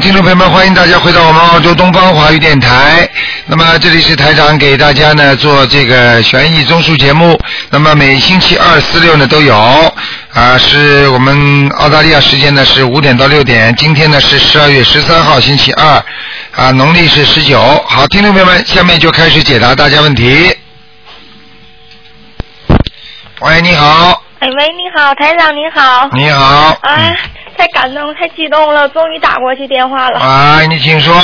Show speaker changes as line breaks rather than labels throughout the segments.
听众朋友们，欢迎大家回到我们澳洲东方华语电台。那么这里是台长给大家呢做这个悬疑综述节目，那么每星期二、四、六呢都有，啊，是我们澳大利亚时间呢是五点到六点，今天呢是十二月十三号星期二，啊，农历是十九。好，听众朋友们，下面就开始解答大家问题。喂，你好，
哎喂，你好，台长你好。
你好，嗯
啊，太感动，太激动了，终于打过去电话了。
啊，你请说。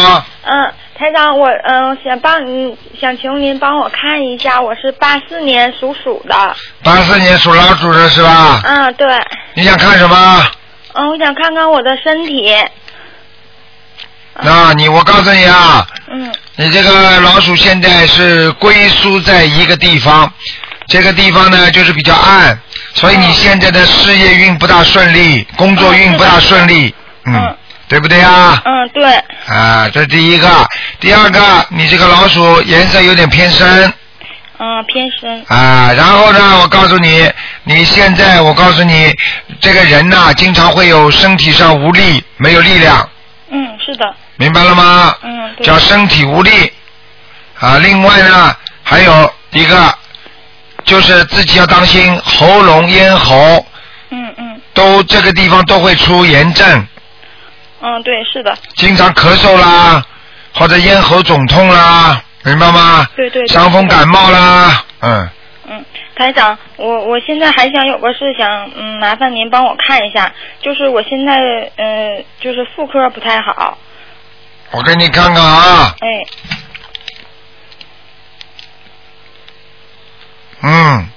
嗯，台长，我嗯想帮您，想求您帮我看一下，我是八四年属鼠
啊
的。
八四年属老鼠的是吧？
嗯，对，
你想看什么？
嗯，我想看看我的身体。
那你，我告诉你啊，
嗯
你这个老鼠现在是龟缩在一个地方，这个地方呢就是比较暗，所以你现在的事业运不大顺利，工作运不大顺利，嗯
嗯，
对不对啊？
嗯，对，
啊，这是第一个，第二个，你这个老鼠颜色有点偏深
嗯偏深，
啊。然后呢，我告诉你，你现在我告诉你，这个人呐、经常会有身体上无力，没有力量，
嗯是的，
明白了吗？
嗯对
叫，身体无力啊。另外呢，还有一个就是自己要当心喉咙、咽喉
嗯嗯
都这个地方都会出炎症，
嗯对是的，
经常咳嗽啦，或者咽喉肿痛啦，明白吗？
对对对
伤风感冒啦，嗯，
嗯，台长，我我现在还想有个事想，嗯，麻烦您帮我看一下，就是我现在，嗯、就是妇科不太好，
我给你看看啊，
哎，
嗯，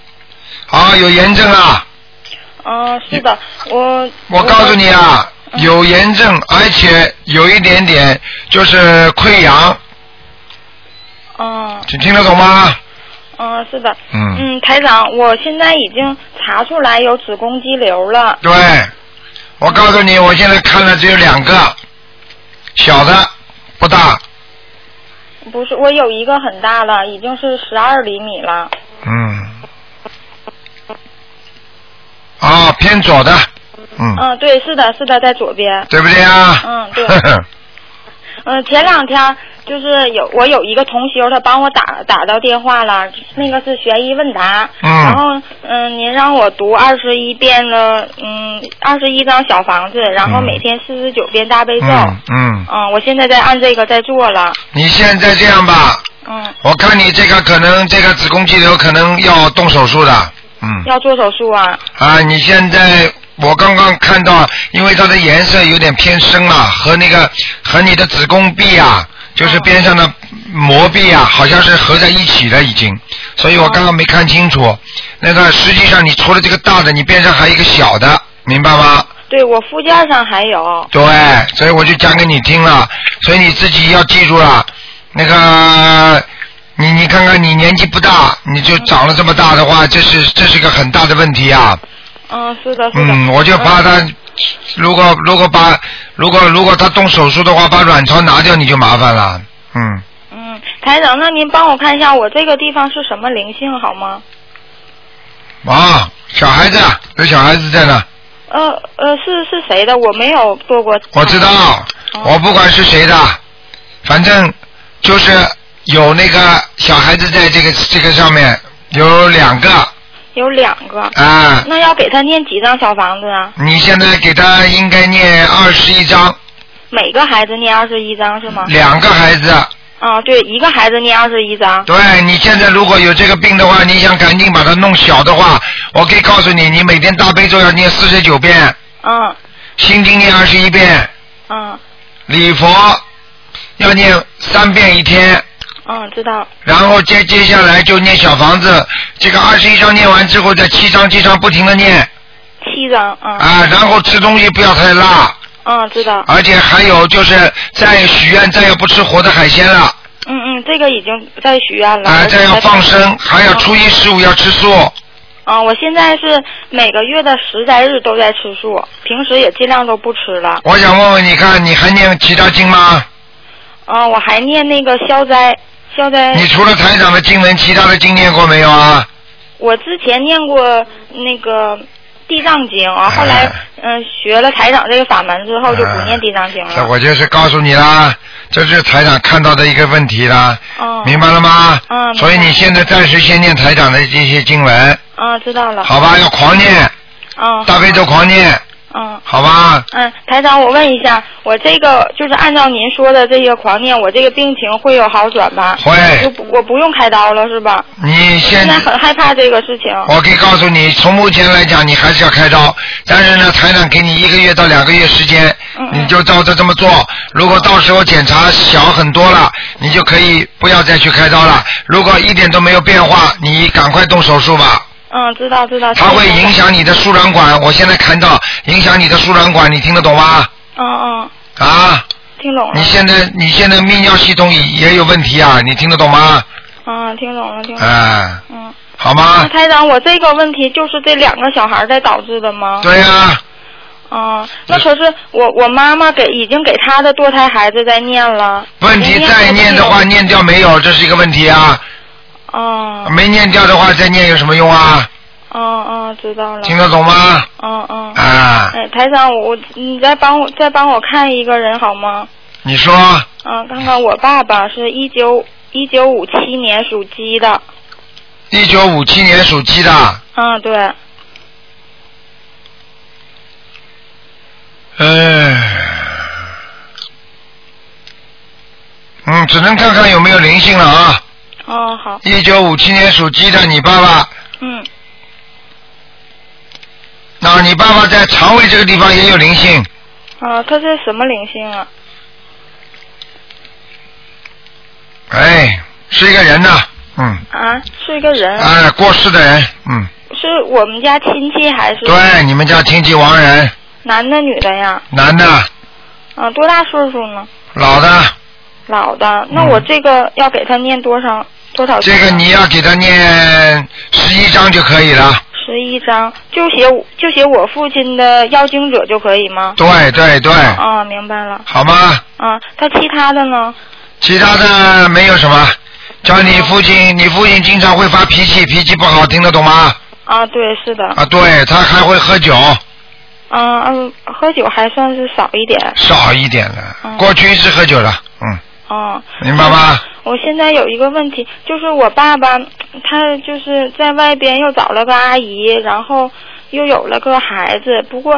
啊，有炎症啊，
哦、是的，我
我告诉你，啊，
嗯
有炎症，而且有一点点就是溃疡，
嗯
听听得懂吗？
嗯，是的，
嗯
嗯，台长，我现在已经查出来有子宫肌瘤了，
对，我告诉你，我现在看了只有两个，小的不大，
不是，我有一个很大了，已经是十二厘米了，
嗯，啊、偏左的，嗯，
嗯，对，是的，是的，在 左边，
对不对啊？
嗯 对
对。
嗯，前两天就是有我有一个同修，他帮我打打到电话了，那个是悬疑问答。
嗯
然后嗯，您让我读二十一遍了，嗯，二十一张小房子，然后
嗯
每天四十九遍大悲咒。
嗯嗯，
嗯我现在在按这个在做了。
你现在这样吧，
嗯，
我看你这个可能这个子宫肌瘤可能要动手术的，嗯，
要做手术啊？
啊，你现在我刚刚看到，因为它的颜色有点偏深啊，和那个和你的子宫壁啊，就是边上的膜壁啊，好像是合在一起了已经，所以我刚刚没看清楚。那个实际上你除了这个大的，你边上还有一个小的，明白吗？
对，我附件上还有。
对，所以我就讲给你听了，所以你自己要记住了。那个，你你看看，你年纪不大，你就长了这么大的话，这是这是个很大的问题啊。
嗯，是的，是的。
嗯，我就怕他，如果如果把如果如果他动手术的话，把卵巢拿掉你就麻烦了。嗯，
嗯，台长，那您帮我看一下我这个地方是什么灵性好吗？
啊，小孩子，有小孩子在那，
呃呃，是是谁的？我没有做过。
我知道，
嗯哦
我不管是谁的，反正就是有那个小孩子在这个这个上面有两个
有两个。
啊，
那要给他念几张小房子啊？
你现在给他应该念二十一章，
每个孩子念二十一张是吗？
两个孩子，
啊，对，一个孩子念二十一张。
对你现在如果有这个病的话，你想赶紧把它弄小的话，我可以告诉你，你每天大悲咒要念四十九遍，
嗯
心经念二十一遍，
嗯
礼佛要念三遍一天，
嗯，知道。
然后接接下来就念小房子，这个二十一章念完之后，再七章七章不停的念
七张，嗯
啊，然后吃东西不要太辣，
嗯，知道。
而且还有就是再许愿再也不吃活的海鲜了，
嗯嗯，这个已经在许愿了。
啊，
而且
再要
在
放生，还要初
嗯
一十五要吃素，
嗯，我现在是每个月的十来日都在吃素，平时也尽量都不吃了。
我想问问你看，你还念其他经吗？
嗯，我还念那个消灾，消灾。
你除了台长的经文，其他的经念过没有啊？
我之前念过那个《地地藏经啊，后来嗯、学了台长这个法门之后就不
啊
念地藏经
这
了。
我就是告诉你啦，这就是台长看到的一个问题啦，
嗯
明白了吗？
嗯明白
所以你现在暂时先念台长的这些经文，
嗯，知道了。
好吧？要狂念，
嗯。
大悲咒狂念，
嗯。
好吧？
嗯，台长，我问一下，我这个就是按照您说的这个狂念，我这个病情会有好转吧？
会
就不我不用开刀了是吧？
你
现
现
在很害怕这个事情。
我可以告诉你，从目前来讲，你还是要开刀。但是呢，台长给你一个月到两个月时间，
嗯嗯
你就照着这么做。如果到时候检查小很多了，你就可以不要再去开刀了。如果一点都没有变化，你赶快动手术吧。
嗯，知道知道。
它会影响你的输卵管，我现在看到影响你的输卵管，你听得懂吗？
嗯嗯，
啊，
听懂了
你。现在你现在泌尿系统也也有问题啊，你听得懂吗？
嗯，听懂了，听懂了。
啊，
嗯，
好
那
吗？
台长，我这个问题就是这两个小孩在导致的吗？
对啊呀、哦
嗯，那可是我我妈妈给已经给她的堕胎孩子在念了。
问题再念的话，
已经
念掉没有？这是一个问题啊。
了嗯
没念掉的话，再念有什么用啊？
嗯嗯，知道了。
听得懂吗？
嗯嗯。
啊，
哎，台长，我你再帮我再帮我看一个人好吗？
你说
嗯，看看我爸爸是一九一九五七年属鸡的。
一九五七年属鸡的，
嗯，对。
哎，嗯，只能看看有没有灵性了啊。
哦，好，
一九五七年属鸡的，你爸爸，
嗯，
那你爸爸在肠胃这个地方也有灵性，
啊，他是什么灵性啊？
哎，是一个人呐，嗯，
啊，是一个人，
哎，过世的人，嗯，
是我们家亲戚还是
对，你们家亲戚亡人，
男的女的呀？
男的，
啊，多大岁数呢？
老的，
老的，那
嗯
我这个要给他念多少多少章
这
啊？
个你要给他念十一章就可以了。
十一章，就写我就写我父亲的要经者就可以吗？
对对对，
啊，明白了。
好吗？
啊，他其他的呢？
其他的没有什么。叫你父
嗯
亲，你父亲经常会发脾气，脾气不好，听得懂吗？
啊，对，是的。
啊，对他还会喝酒，
嗯嗯，喝酒还算是少一点。
少一点了。
嗯
过去一直喝酒了，嗯，
嗯，
明白吗？
我现在有一个问题，就是我爸爸他就是在外边又找了个阿姨，然后又有了个孩子，不过。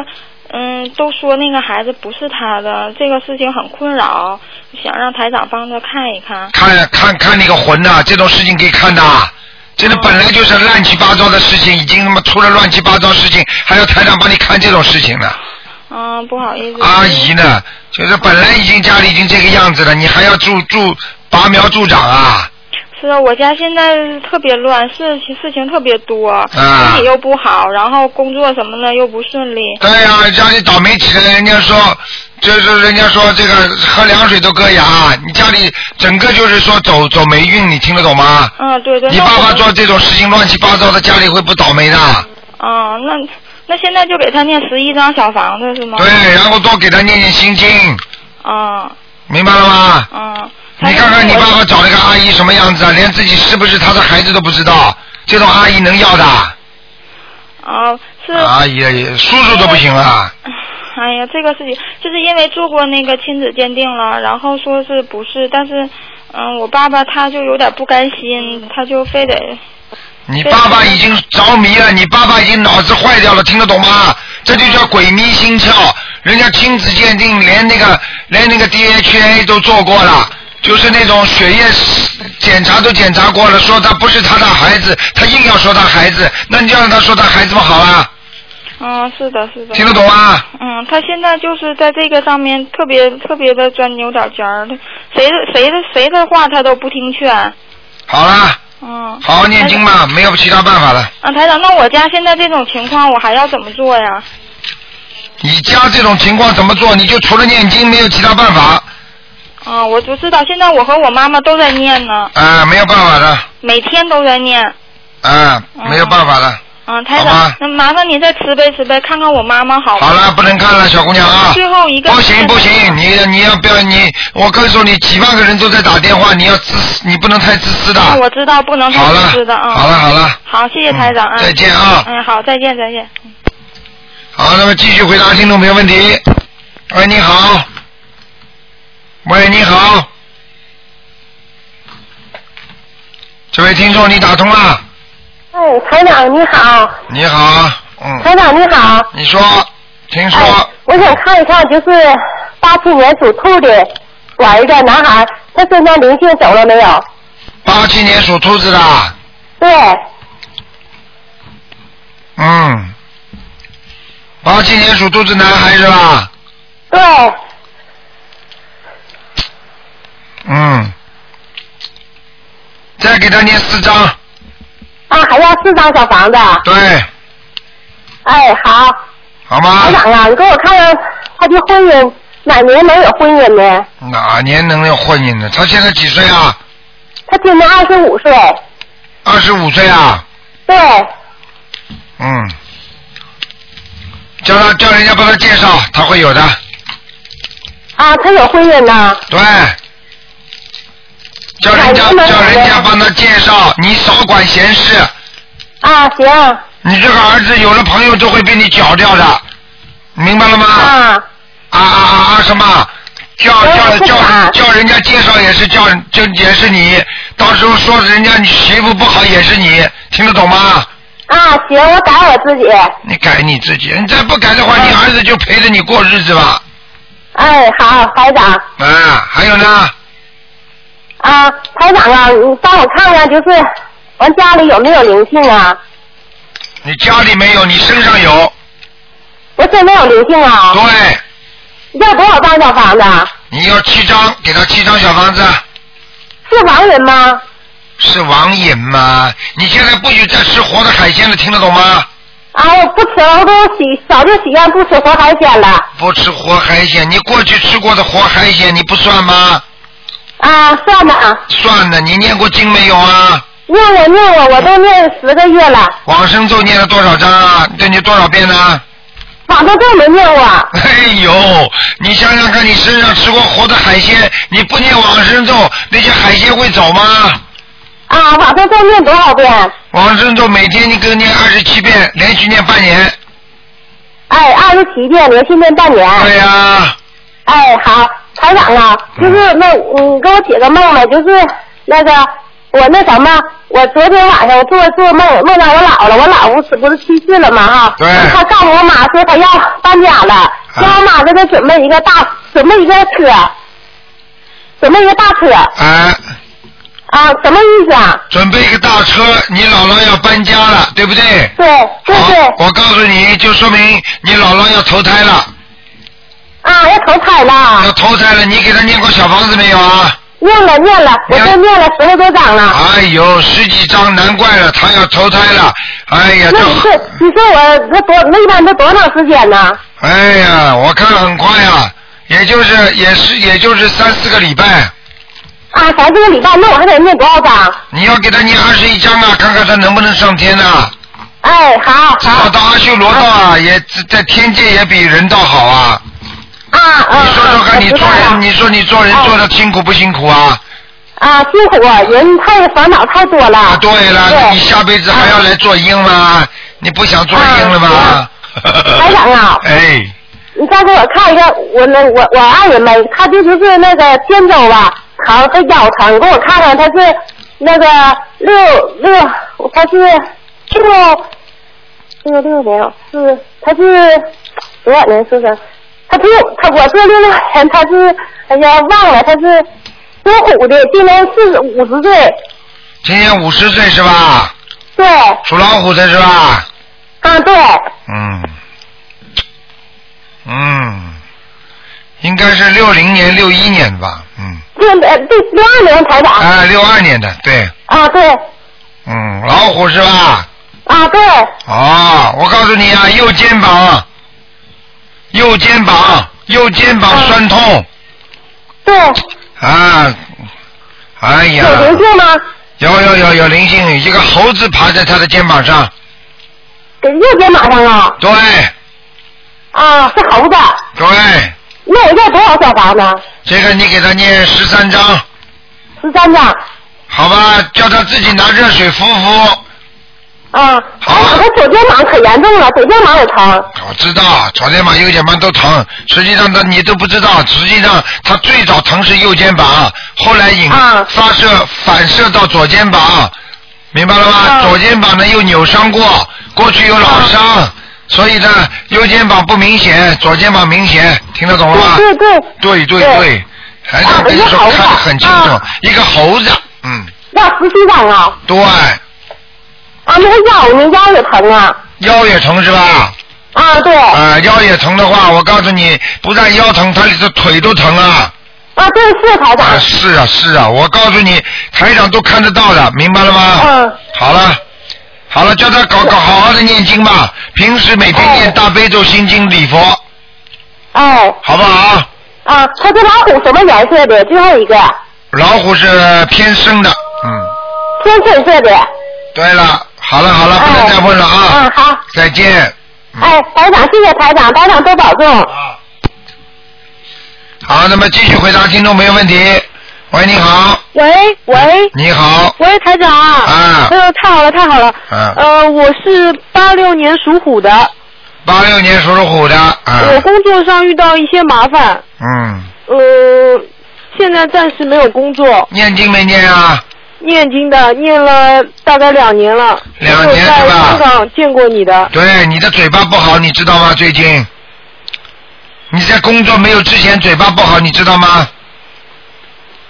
嗯，都说那个孩子不是他的，这个事情很困扰，想让台长帮他看一看。
看看看你个魂呐、这种事情可以看的啊，这
嗯
个本来就是乱七八糟的事情，已经他妈出了乱七八糟事情，还有台长帮你看这种事情了。
嗯，不好意思。
阿姨呢，就是本来已经家里已经这个样子了，你还要助助拔苗助长啊？
是啊，我家现在特别乱，事情事情特别多，
啊
身体又不好，然后工作什么的又不顺利。
对呀、家里倒霉起来，人家说，就是人家说这个喝凉水都硌牙，你家里整个就是说走走霉运，你听得懂吗？
嗯，对对。
你
那
爸
我
爸
们
做这种事情乱七八糟的，家里会不倒霉的。
啊，那那现在就给他念十一张小房子是吗？
对，然后多给他念念心经，
啊
明白了吗？
啊。
你看看你爸爸找那个阿姨什么样子啊？连自己是不是他的孩子都不知道，这种阿姨能要的？
啊，是，
阿姨也叔叔都不行了。
哎呀，这个事情就是因为做过那个亲子鉴定了，然后说是不是，但是，嗯，我爸爸他就有点不甘心，他就非得，
你爸爸已经着迷了，你爸爸已经脑子坏掉了，听得懂吗？这就叫鬼迷心窍。人家亲子鉴定连那个连那个 DHA 都做过了，就是那种血液检查都检查过了，说他不是他的孩子，他硬要说他孩子，那你就让他说他孩子不好啊？
嗯，是的，是的。
听得懂吗？
嗯，他现在就是在这个上面特别特别的钻牛角尖儿，他谁的谁的谁的话他都不听劝。
好啦，
嗯，
好好念经吧，没有其他办法了。
啊，台长，那我家现在这种情况，我还要怎么做呀？
你家这种情况怎么做？你就除了念经没有其他办法，
啊，我就知道，现在我和我妈妈都在念呢，
啊、没有办法的，
每天都在念。
啊、没有办法的。
嗯，台
好
长
吧，
那麻烦您再慈悲慈悲，看看我妈妈好吗？
好了，不能看了，小姑娘啊。
最后一个嗯
不行不行，你你要不要你？我告诉你，几万个人都在打电话，你要自私，你不能太自私的。
啊，我知道不能太
好了
自私的，啊。
好了好了，
好，谢谢台长啊。
再见啊。
嗯，好，再见再见。
好，那么继续回答听众朋友问题。喂，你好。喂，你好。这位听众，你打通了。
哎，台长你好，
你好，嗯，
哎
台长你好，
你说，听说，
哎，我想看一看，就是八七年属兔的，我一个男孩，他身上灵性走了没有？
八七年属兔子的，
对，
嗯，八七年属兔子男孩是吧？
对，
嗯，再给他念四张，
啊，还要四张小房子。
对，
哎，好，
好
台
吗？
长啊，你给我看看他的婚姻，哪年能有婚姻呢？
哪年能有婚姻呢？他现在几岁啊？
他今年二十五岁，
二十五岁啊？
对，
嗯，叫他叫人家帮他介绍，他会有的。
啊，他有婚姻呢，
对，叫人家叫人家帮他介绍，你少管闲事。
啊，行，
你这个儿子有了朋友就会被你搅掉的，明白了吗？啊啊
啊，
啊啊！什么？叫
我
叫
也不
叫
管
叫人家介绍也是叫就也是你，到时候说人家你媳妇不好也是你，听得懂吗？
啊，行，我改我自己，
你改你自己，你再不改的话，你儿子就陪着你过日子吧。
哎，好，台长。
啊，还有呢，
啊，台长啊，你帮我看看，就是我家里有没有灵性啊？
你家里没有，你身上有，
我身上有灵性啊，
对，
要多少张小房子啊？
你要七张，给他七张小房子。
是亡人吗？
是网瘾吗？你现在不许再吃活的海鲜了，听得懂吗？
啊，我不吃，我都许早就许愿不吃活海鲜了。
不吃活海鲜，你过去吃过的活海鲜你不算吗？
啊，算了啊，
算了，你念过经没有啊？
念我念我，我都念十个月了，
往生咒念了多少章啊？对你多少遍呢、
网上都没念我。
哎呦，你想想看，你身上吃过活的海鲜，你不念往生咒，那些海鲜会走吗？
啊，网上都念多少遍？
往生咒每天你给我念二十七遍，连续念半年。
哎，二十七遍，连续念半年。
对呀、
哎，好，台长啊，就是
嗯
那你给我解个梦吧，就是那个我那什么，我昨天晚上我做做梦，梦到我姥姥，我姥姥是不是去世了嘛哈？
对啊
她告诉我妈说她要搬家了，让我妈给她准备一个大，准备一个车，准备一个大车
哎，
啊，什么意思啊？
准备一个大车，你姥姥要搬家了，对不对？
对对
好，
对，
我告诉你，就说明你姥姥要投胎了，
啊，要投胎
要
了，
投胎了。你给她念过小房子没有啊？
念了念了，我都念了十来多章啊了。
哎呦，十几张，难怪了，她要投胎了。哎呀，
那你说
这，
你说我那多那一般都多长时间呢？
哎呀，我看很快啊，也就是也是也就是三四个礼拜，
啊，咱这个礼拜那我还得念多少章？
你要给她念二十一张啊，看看她能不能上天呐、啊。
哎，好
至少
好
到阿修罗道啊，也在天界也比人道好啊。
啊啊！
你说说看，你
我知
做
道
人，
了
你说你做人做的辛苦不辛苦啊？
啊，辛苦啊，人太烦恼太多了。
啊，对了，
对
你下辈子还要来做鹰吗？你不想做鹰了吗
啊？台长啊
哎，
你再给我看一个，我那我我爱人们，他就就是那个肩周吧，疼和腰疼，你给我看看他是那个六六，他是六六六年是他是多少年出生？他不他我是六六年，他是哎呀忘了他是属虎的，今年四十五十岁，
今年五十岁是吧？
对。
属老虎的是吧？
啊，对，
嗯，嗯，应该是六零年、六一年吧？嗯，
就呃对六二年台长啊
啊，六二年的，对，
对，
嗯，老虎是吧？
啊对，
哦，我告诉你啊，右肩膀，右肩膀，右肩膀
嗯
酸痛
对，
啊！哎呀，
有灵性吗？
有有有有灵性，一个猴子爬在他的肩膀上。
给右肩膀上啊，
对
啊是猴子，
对，
那我要多少小房呢？
这个你给他念十三章，
十三张，
好吧？叫他自己拿热水敷敷，
啊，
好
哎，我的左肩膀可严重了，左肩膀也疼。
我知道，左肩膀、右肩膀都疼，实际上他你都不知道，实际上他最早疼是右肩膀，后来引
啊
发射反射到左肩膀，明白了吗？
啊
左肩膀呢又扭伤过，过去有老伤，所以呢右肩膀不明显，左肩膀明显，听得懂了吗？
对对
对
对，
对
嗯
哎
对
对，还是
啊
跟你
一个
说
猴子
看得很清楚
啊，
一个猴子，嗯，
要十七张啊，
对，
啊，那个腰呢腰也疼啊，
腰也疼是吧？
啊对，啊
啊、腰也疼的话，我告诉你，不但腰疼，他的腿都疼啊！
对是台长
啊，，是啊，是啊，我告诉你，台长都看得到的，明白了吗？
嗯。
好了，好了，叫他搞搞好好的念经吧，平时每天念大悲咒、心经、礼佛，
哎
好不好？
啊，他这老虎什么颜色的？最后一个，
老虎是偏生的，嗯。
天浅色的。
对了，好了好了，啊不能
哎
再问了啊！
嗯好，
再见。嗯
哎，台长谢谢台长，台长多保重。
啊。好，那么继续回答听众朋友问题。喂，你好，
喂喂
你好，
喂，台长！
啊
哎呦，太好了太好了！
嗯
呃，我是八六年属虎的，
啊八六年属虎的，啊，
我工作上遇到一些麻烦，
嗯，
呃，现在暂时没有工作，
念经没念啊？
念经的念了大概两年了，
两
我有
年是吧
在香港见过你的，
对，你的嘴巴不好，你知道吗？最近你在工作没有之前嘴巴不好，你知道吗？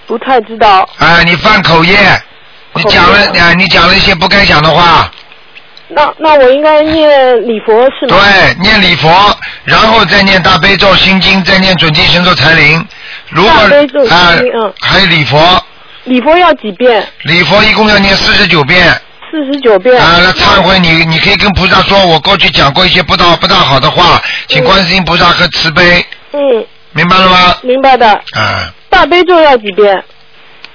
不太知道，
啊，你犯口业，你讲了
口业
啊，你讲了一些不该讲的话。
那那我应该念礼佛是吗？
对，念礼佛，然后再念大悲咒、心经，再念准提神咒、财灵。如果
大悲咒心经
啊
嗯，
还有礼佛，
礼佛要几遍？
礼佛一共要念四十九遍
四十九遍。
啊。那忏悔你，你可以跟菩萨说，我过去讲过一些不大不大好的话，请观世音菩萨和慈悲。
嗯，
明白了吗？
明白的。
啊，
大悲咒要几遍？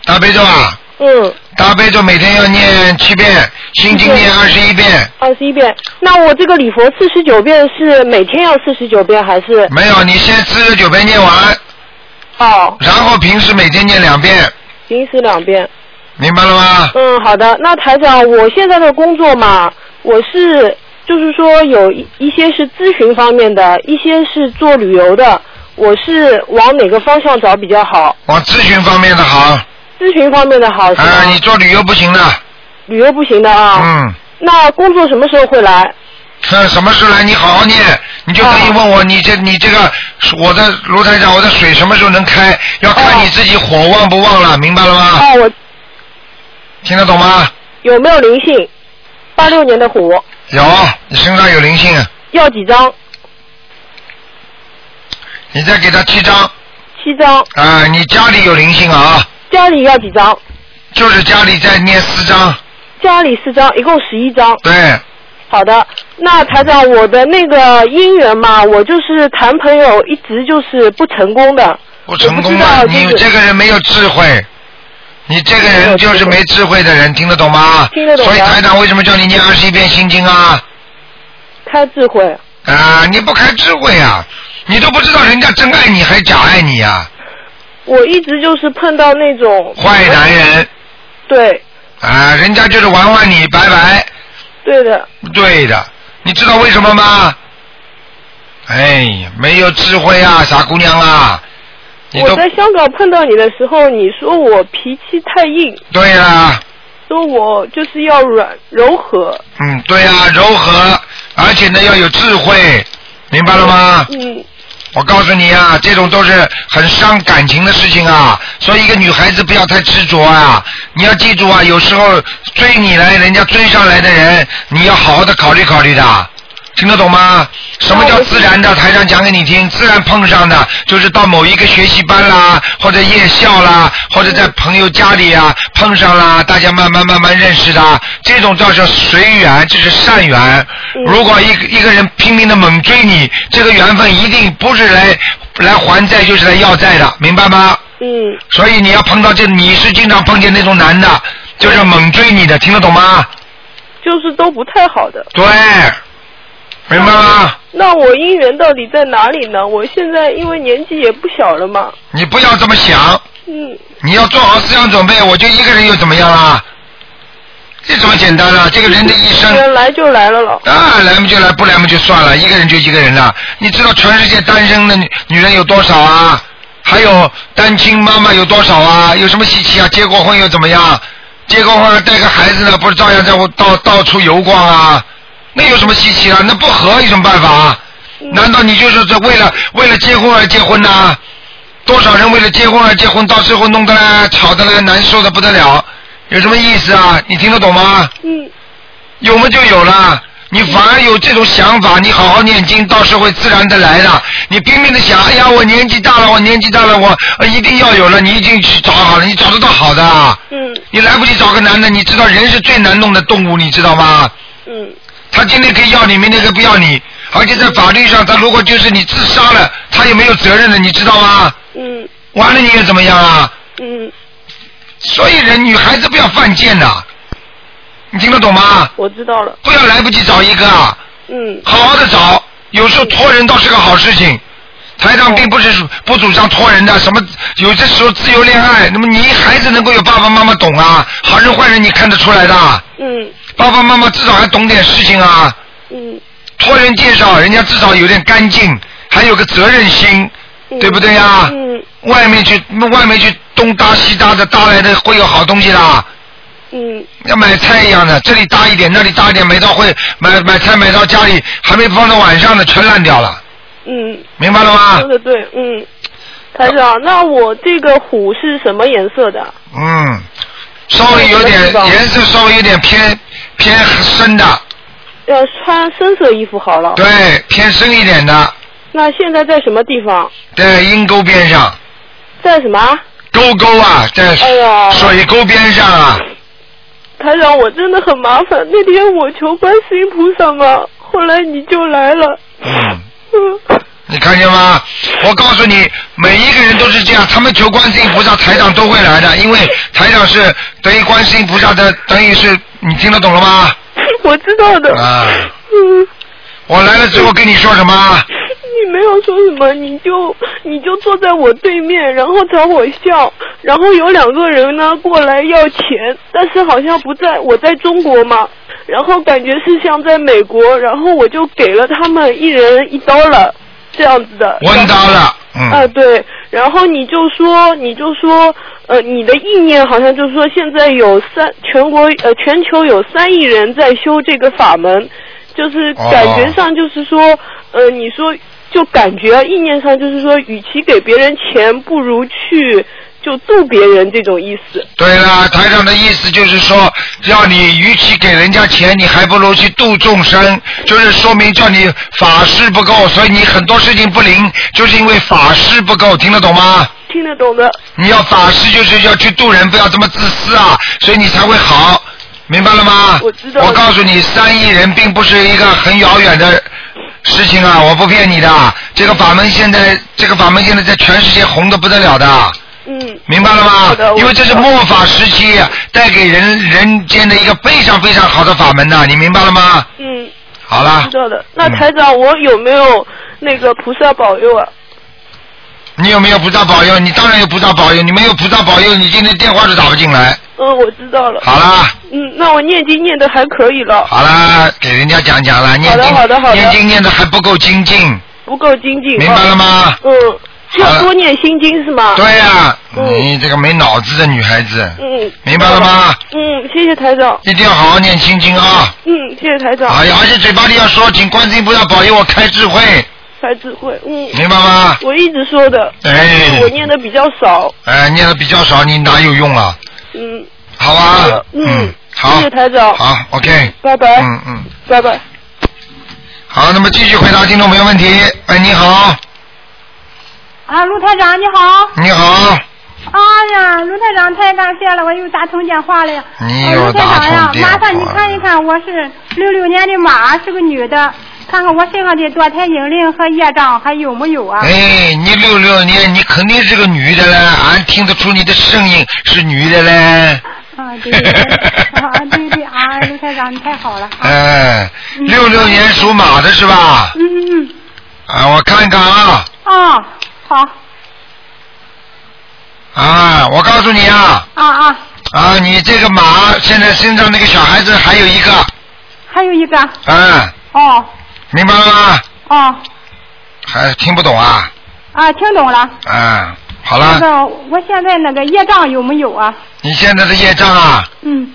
大悲咒啊，
嗯，
大悲咒每天要念七遍，心经念二十一遍。
二十一遍。那我这个礼佛四十九遍是每天要四十九遍还是？
没有，你先四十九遍念完，
哦，
然后平时每天念两遍，
平时两遍。
明白了吗？
嗯，好的。那台长，我现在的工作嘛，我是就是说有一一些是咨询方面的，一些是做旅游的。我是往哪个方向找比较好？
往咨询方面的好，
咨询方面的好是吧？
啊，你做旅游不行的，
旅游不行的啊。
嗯，
那工作什么时候会来？
看什么时候来你好好念，你就可
哦
以问我，你这你这个我的卢台长，我的水什么时候能开？要看你自己火旺不旺了，明白了吗？
哦，我
听得懂吗？
有没有灵性？八六年的虎
有，你身上有灵性，
要几张？
你再给他七张。
七张。
啊、你家里有灵性啊，
家里要几张？
就是家里在念四章，
家里四张，一共十一张。
对，
好的，那台长，我的那个姻缘嘛，我就是谈朋友一直就是不成功的。
不成功了。
我不知道
你
就是
这个人没有智慧，你这个人就是没智慧的人，听得懂吗？
听得懂的
所以台长为什么叫你念二十一遍心经啊？
开智慧，
啊、你不开智慧啊，你都不知道人家真爱你还假爱你呀、
我一直就是碰到那种
坏男人
对
啊、人家就是玩玩你，拜拜。
对的，
对的，你知道为什么吗？哎呀，没有智慧啊，傻姑娘啊，你
我
都
在香港碰到你的时候，你说我脾气太硬，
对啊啦。
说我就是要软柔和，
嗯，对啊，柔和，而且呢要有智慧，明白了吗？
嗯，
我告诉你啊，这种都是很伤感情的事情啊，所以一个女孩子不要太执着啊，你要记住啊，有时候追你来，人家追上来的人，你要好好的考虑考虑的。听得懂吗？什么叫自然的？台上讲给你听，自然碰上的，就是到某一个学习班啦，或者夜校啦，或者在朋友家里啊碰上啦，大家慢慢慢慢认识的，这种叫做随缘，这是善缘。如果一个一个人拼命的猛追你，这个缘分一定不是来来还债，就是来要债的，明白吗？
嗯，
所以你要碰到这，你是经常碰见那种男的，就是猛追你的，听得懂吗？
就是都不太好的。
对，明白吗？
那我姻缘到底在哪里呢？我现在因为年纪也不小了嘛，
你不要这么想，
嗯，
啊你要做好思想准备。我就一个人又怎么样啦？你怎么简单了，这个人的一生
人来就来了了。
啊，来嘛就来，不来嘛就算了，一个人就一个人了。你知道全世界单身的女女人有多少啊？还有单亲妈妈有多少啊？有什么稀奇啊？结过婚又怎么样？结过婚还带个孩子呢，不是照样在我到到处游逛啊？那有什么稀奇啊？那不合有什么办法啊？
嗯
难道你就是这为了为了结婚而结婚呐、多少人为了结婚而结婚，到最后弄得来吵得来难受的不得了，有什么意思啊？你听得懂吗？
嗯，
有么就有了。你反而有这种想法，你好好念经，到时候会自然的来的。你拼命的想，哎呀，我年纪大了，我年纪大了，我、呃一定要有了。你已经去找好了，你找得到好的啊。
嗯
你来不及找个男的，你知道人是最难弄的动物，你知道吗？
嗯
他今天可以要你，明天可以不要你，而且在法律上，他如果就是你自杀了，他也没有责任的，你知道吗？
嗯
完了你又怎么样啊？
嗯，
所以人女孩子不要犯贱呐、你听得懂吗？
我知道了。
不要来不及找一个啊，
嗯
好好的找，有时候托人倒是个好事情。台长并不是说不主张托人的，什么有的时候自由恋爱，那么你孩子能够有爸爸妈妈懂啊，好人坏人你看得出来的，
嗯
爸爸妈妈至少还懂点事情啊。
嗯
托人介绍，人家至少有点干净，还有个责任心，
嗯，
对不对呀、
嗯
外面去，外面去东搭西搭的搭来的会有好东西的，
嗯
要买菜一样的，这里搭一点，那里搭一点，买到会买买菜买到家里还没放到晚上的全烂掉了，
嗯，
明白了吗
说？的对。嗯，台
啊
长，那我这个虎是什么颜色的？
嗯，稍微有点
知道
颜色稍微有点偏偏深的，
要穿深色衣服好了。
对，偏深一点的，
那现在在什么地方？
在阴沟边上，
在什么啊？
沟沟啊，在
哎呀
水沟边上啊，
台长，我真的很麻烦。那天我求观世音菩萨嘛，后来你就来了。
嗯。
嗯
你看见吗？我告诉你，每一个人都是这样，他们求观世音菩萨，台长都会来的，因为台长是等于观世音菩萨的，等于是你听得懂了吗？
我知道的。
啊
嗯，
我来了之后跟你说什么？
你没有说什么，你就你就坐在我对面，然后朝我笑，然后有两个人呢过来要钱，但是好像不在我在中国嘛，然后感觉是像在美国，然后我就给了他们一人一刀了，这样子的。
温到了，
啊，
嗯，
对，然后你就说，你就说，呃，你的意念好像就是说，现在有三全国呃全球有三亿人在修这个法门，就是感觉
哦
上就是说，呃，你说就感觉啊意念上就是说，与其给别人钱，不如去就度别人这种意思。
对了，台长的意思就是说，要你与其给人家钱，你还不如去度众生，就是说明叫你法师不够，所以你很多事情不灵，就是因为法师不够，听得懂吗？
听得懂的，
你要法师就是要去度人，不要这么自私啊，所以你才会好，明白了吗？
我知道
我告诉你，三亿人并不是一个很遥远的事情啊，我不骗你的。这个法门现在，这个法门现在在全世界红的不得了的，
嗯
明白了吗
好的？我
因为这是
知道
末法时期带给人人间的一个非常非常好的法门呐、你明白了吗？
嗯，
好了
知，道的。那
嗯
台长，我有没有那个菩萨保佑啊？
你有没有菩萨保佑？你当然有菩萨保佑，你没有菩萨保佑，你今天电话都打不进来。
嗯，我知道了。
好了。
嗯，那我念经念的还可以了。
好啦，给人家讲讲啦，念经
好的好的嗯好的
念经念的还不够精进，
不够精进。
明白了
吗？
吗？
嗯，需
好
要
了
多念心经是吗？。
对呀、
嗯
你这个没脑子的女孩子，
嗯，
明白了吗？
嗯，谢谢台长。
一定要好好念心经啊！
嗯，谢谢台长。
哎呀，而且嘴巴里要说，请观世音菩萨保佑我开智慧，
开智慧。嗯，
明白吗？
我一直说的，
哎
我，念的比较少。
哎，念的比较少，你哪有用啊？
嗯，
好吧，
嗯
好，
谢谢台长
好，OK，
拜拜，
嗯嗯，
拜拜。
好，那么继续回答听众朋友问题。哎，你好，
啊，卢台长你好！
你好，
哎呀，卢台长太感谢了，我又打通电话了呀。
你
呃
又
卢台
哎打
长呀
通，电话
麻烦你看一看，我是六六年的马，是个女的，看看我身上的堕胎阴灵和业障还有没有啊？
哎，你六六年，你肯定是个女的嘞，俺听得出你的声音是女的嘞。
啊，对对对，啊对对啊，卢台长你太好了。啊、
哎，
嗯
六六年属马的是吧？
嗯嗯嗯，
啊，我看看啊，
啊好
啊，我告诉你啊，
啊啊
啊，你这个马现在身上那个小孩子还有一个，
还有一个，
啊，
哦
明白了吗？
哦
还听不懂啊？
啊，听懂了。
啊，好
那
了，
个，我现在那个业障有没有啊？
你现在的业障啊，
嗯，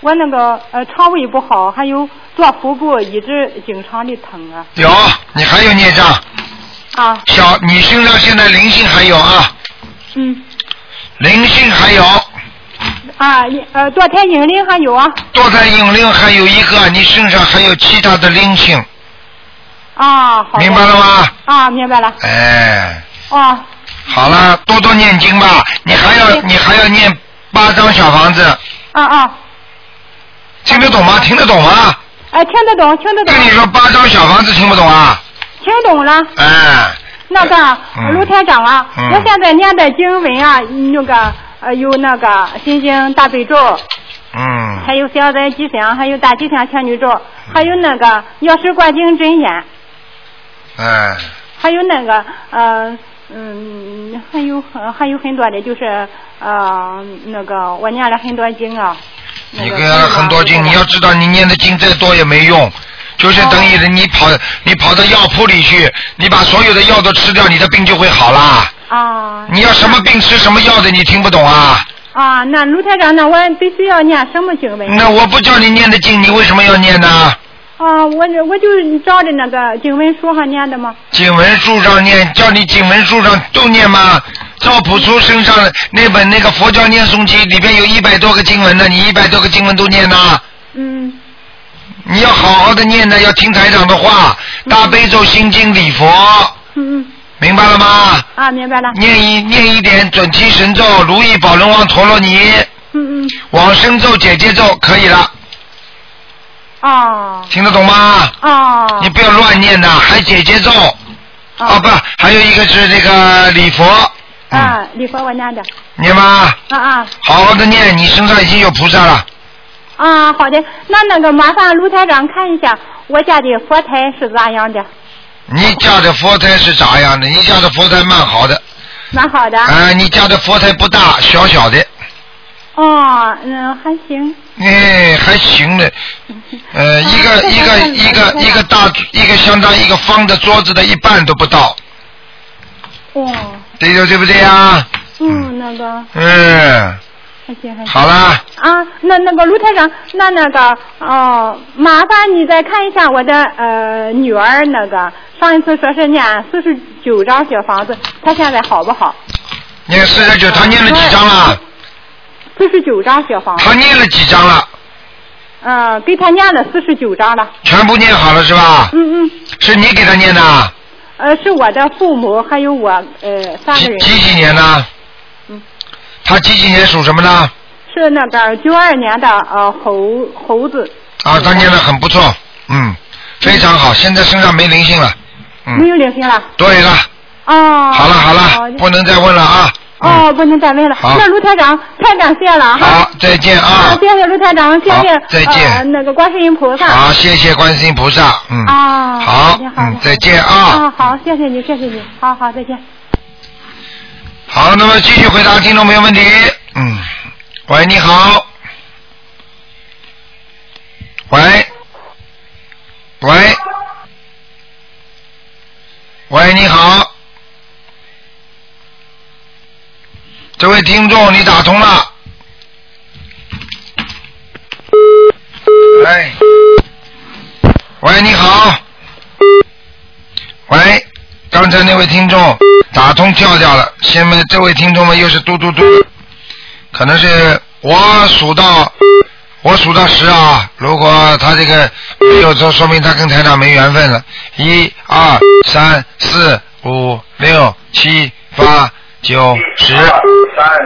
我那个呃肠胃不好，还有做腹部一直经常的疼啊
有，你还有孽障，
啊
小你身上现在灵性还有啊，
嗯
灵性还有，
啊你呃堕胎引灵还有啊
堕胎引灵还有一个，你身上还有其他的灵性，
啊好的
明白了吗？
啊明白了
哎，
啊
好了，多多念经吧，你还要
嗯
你还要念八张小房子，
啊啊
听得懂吗？听得懂吗？
哎嗯听得懂听得懂
跟你说八张小房子听不懂啊？
听懂了
哎，
那个
嗯
卢台长啊，
嗯
我现在念的经文啊那个呃有那个心经大悲咒，
嗯，
还有消灾吉祥，还有大吉祥天女咒，还有那个药师灌顶真言。
哎，
还有那个呃嗯，还有呃还有很多的，就是呃那个我念了很多经啊。那
你
个哦
给了很多经，你要知道你念的经再多也没用，就是等于你跑你跑到药铺里去，你把所有的药都吃掉，你的病就会好啦。
啊
你要什么病吃什么药的，你听不懂啊？
啊，那卢台长，那我必须要念什么经文？
那我不叫你念的经，你为什么要念呢？
啊，我这我就照着那个经文书上念的嘛。
经文书上念，叫你经文书上都念吗？赵朴初身上那本那个佛教念诵经里边有一百多个经文呢，你一百多个经文都念呐？
嗯
你要好好的念呢，要听台长的话，大悲咒、心经、礼佛，
嗯嗯，
明白了吗？
啊，明白了。
念一念一点准提神咒、如意宝轮王陀罗尼、
嗯嗯，
往生咒、姐姐咒，可以了，
啊
听得懂吗？
啊
你不要乱念呐，还姐姐咒啊
啊
不，还有一个是这个礼佛，嗯，
啊，礼佛我念的。
念吧。
啊啊。
好好的念，你身上已经有菩萨了。
啊，好的，那那个麻烦卢台长看一下我家的佛台是咋样的，
你家的佛台是咋样的？你家的佛台蛮好的，
蛮好的。
啊、你家的佛台不大，小小的，
哦，嗯，还行。
哎，还行的，呃，一个一个一个一个大一个相当一个方的桌子的一半都不到，
哦，
对的，对不对啊？
嗯，那个
嗯，
还行还行。
好啦，
啊，那那个卢台长，那那个哦，麻烦你再看一下我的呃女儿那个，上一次说是念四十九张小房子，她现在好不好？
念四十九，他念了几张了？
四十九张小房子
他，念了几张了？
嗯、给她念了四十九张了。
全部念好了是吧？
嗯嗯，
是你给他念的啊？
呃，是我的父母还有我呃三
几
个人。
几几年呢
嗯？
他几几年属什么呢？啊
是那个九二年的呃猴猴子，
啊，他念的很不错，嗯，非常好，现在身上没灵性了，
没
嗯，
有领性了。
对了，
哦。
好了好
好
了，
的
不能再问了啊，嗯，
哦，不能再问了。
好
那卢台长，太感谢了哈。
好，再见
啊，
啊
谢，谢卢台长，谢谢
好再见
呃那个观世音菩萨。
好，谢谢观世音菩萨，嗯，
啊，好
好
的，好的
嗯，再见
啊，
啊，
好，谢谢你，谢谢你，好好，再见。
好，那么继续回答听众朋友问题，嗯，喂，你好，喂，喂，喂，你好，这位听众，你打通了。喂，喂，你好，喂，刚才那位听众打通跳掉了，现在这位听众们又是嘟嘟嘟，可能是我数到我数到十啊，如果他这个没有说，说明他跟台长没缘分了。一、二、三、四、五、六、七、八、九、十。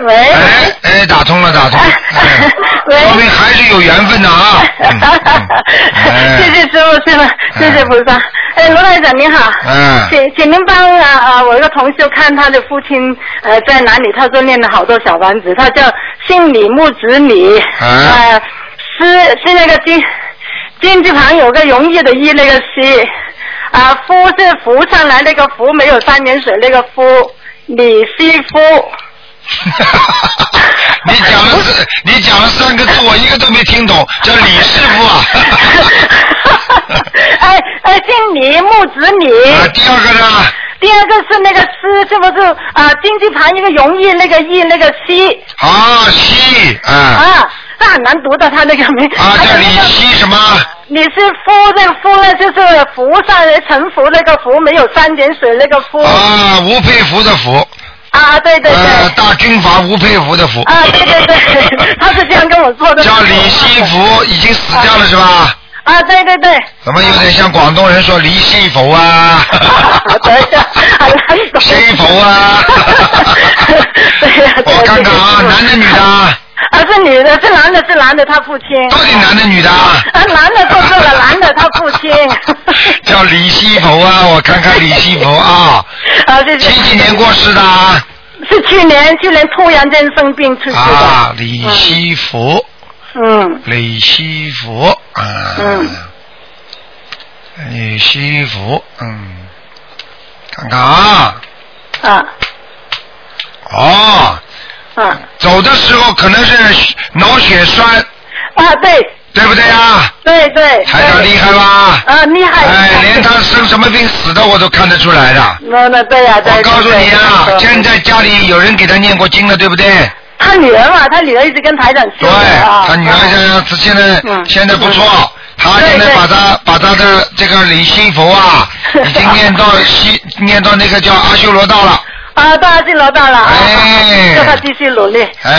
喂，
哎哎，打通了，打通了。哎
喂
说明还是有缘分的啊。嗯嗯哎
谢谢师傅，师傅，谢谢菩萨。哎，罗台长您好，
嗯
请请您帮啊啊，我一个同修看他的父亲呃在哪里，他说念了好多小房子，他叫姓李木子李，
啊
呃，是是那个金金字旁有个容易的易那个西，啊，夫是浮上来那个浮，没有三点水那个夫，李西夫。
你讲了四，你讲了三个字，我一个都没听懂，叫李师傅啊。
哎哎，姓李，木子李。
啊，第二个呢？
第二个是那个师，是不是啊？金字旁一个容易，那个易，那个西
啊，西啊
啊，那很难读的他那个名。
啊，
还有
叫
那
李
个
西什么？
你是夫，这个夫呢就是福上人臣服那个福，没有三点水那个夫。
啊，吴佩孚的孚，
啊，对对对。
呃，大军阀吴佩孚的孚。
啊，对对 对，他是这样跟我说的。
叫李西福，已经死掉了是吧？
啊，对对对。
怎么有点像广东人说离西佛 啊？
等一下，
啊
哎呀！
西佛啊
对呀、对呀
我看看啊，男的女的啊？
啊，是女的，是男的，是男的，他父亲。
到底男的女的啊？
啊，男的做错了，男的他父亲。
叫李西佛啊，我看看李西佛啊，
啊，这
七
是
几年过世的啊？
是去年去年突然间生病去世的。
啊，李西佛，
嗯
李西佛啊，
嗯
李西佛，嗯，看看啊，
啊
哦，
啊
走的时候可能是脑血栓，
啊！对
对不对啊？
对对。
台长厉害吧？
啊，厉害！
哎，
厉害
连他生什么病死的我都看得出来的。
那那对呀、对
我告诉你啊
对，对
现在家里有人给他念过经了，对不对？
他女儿嘛，他女儿一直跟台长
对
说的啊，
他女儿现在现在
嗯
现在不错，他
对
现在
对
把他把他的这个李心佛 啊，已经念到西念到那个叫阿修罗道了。
啊，大家进楼道了啊，
哎
叫他继续努 力。
哎，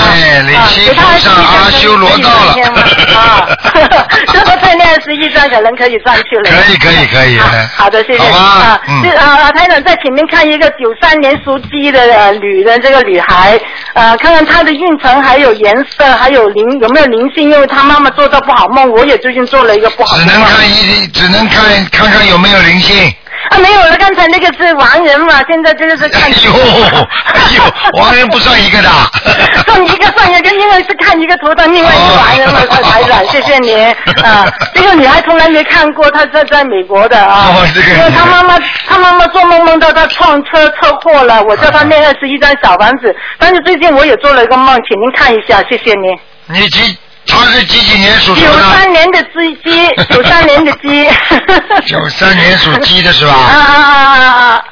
李
啊
心佛上阿修罗道了
给他二十一张可以上天吗啊，这个再练十一张可能可以上去 了。
可以可以可以
啊 好的，谢谢。
好吧
啊，
嗯
这啊，台长在前面看一个九三年属鸡的呃女人，这个女孩，呃，看看她的运程，还有颜色，还有灵有没有灵性，因为她妈妈做的不好梦，我也最近做了一个不好
只
的梦。
能看一只能看看看有没有灵性。
啊，没有了，刚才那个是亡人嘛，现在 这个是
哎
看。
呦哎呦，王人不算一个的。
送一个 算一个，因为是看一个图腾，另外一个完人了，台长，谢谢您啊！这个女孩从来没看过，她在在美国的啊，
哦这个
因为她妈妈，她妈妈做梦梦到她撞车车祸了，我叫她念二十一张小房子，但是最近我也做了一个梦，请您看一下，谢谢您。
你几他是几几年属什
九
么
三
的？
年的鸡鸡， 九三年的鸡。
九三年属鸡的是
啊
吧？
啊啊啊啊！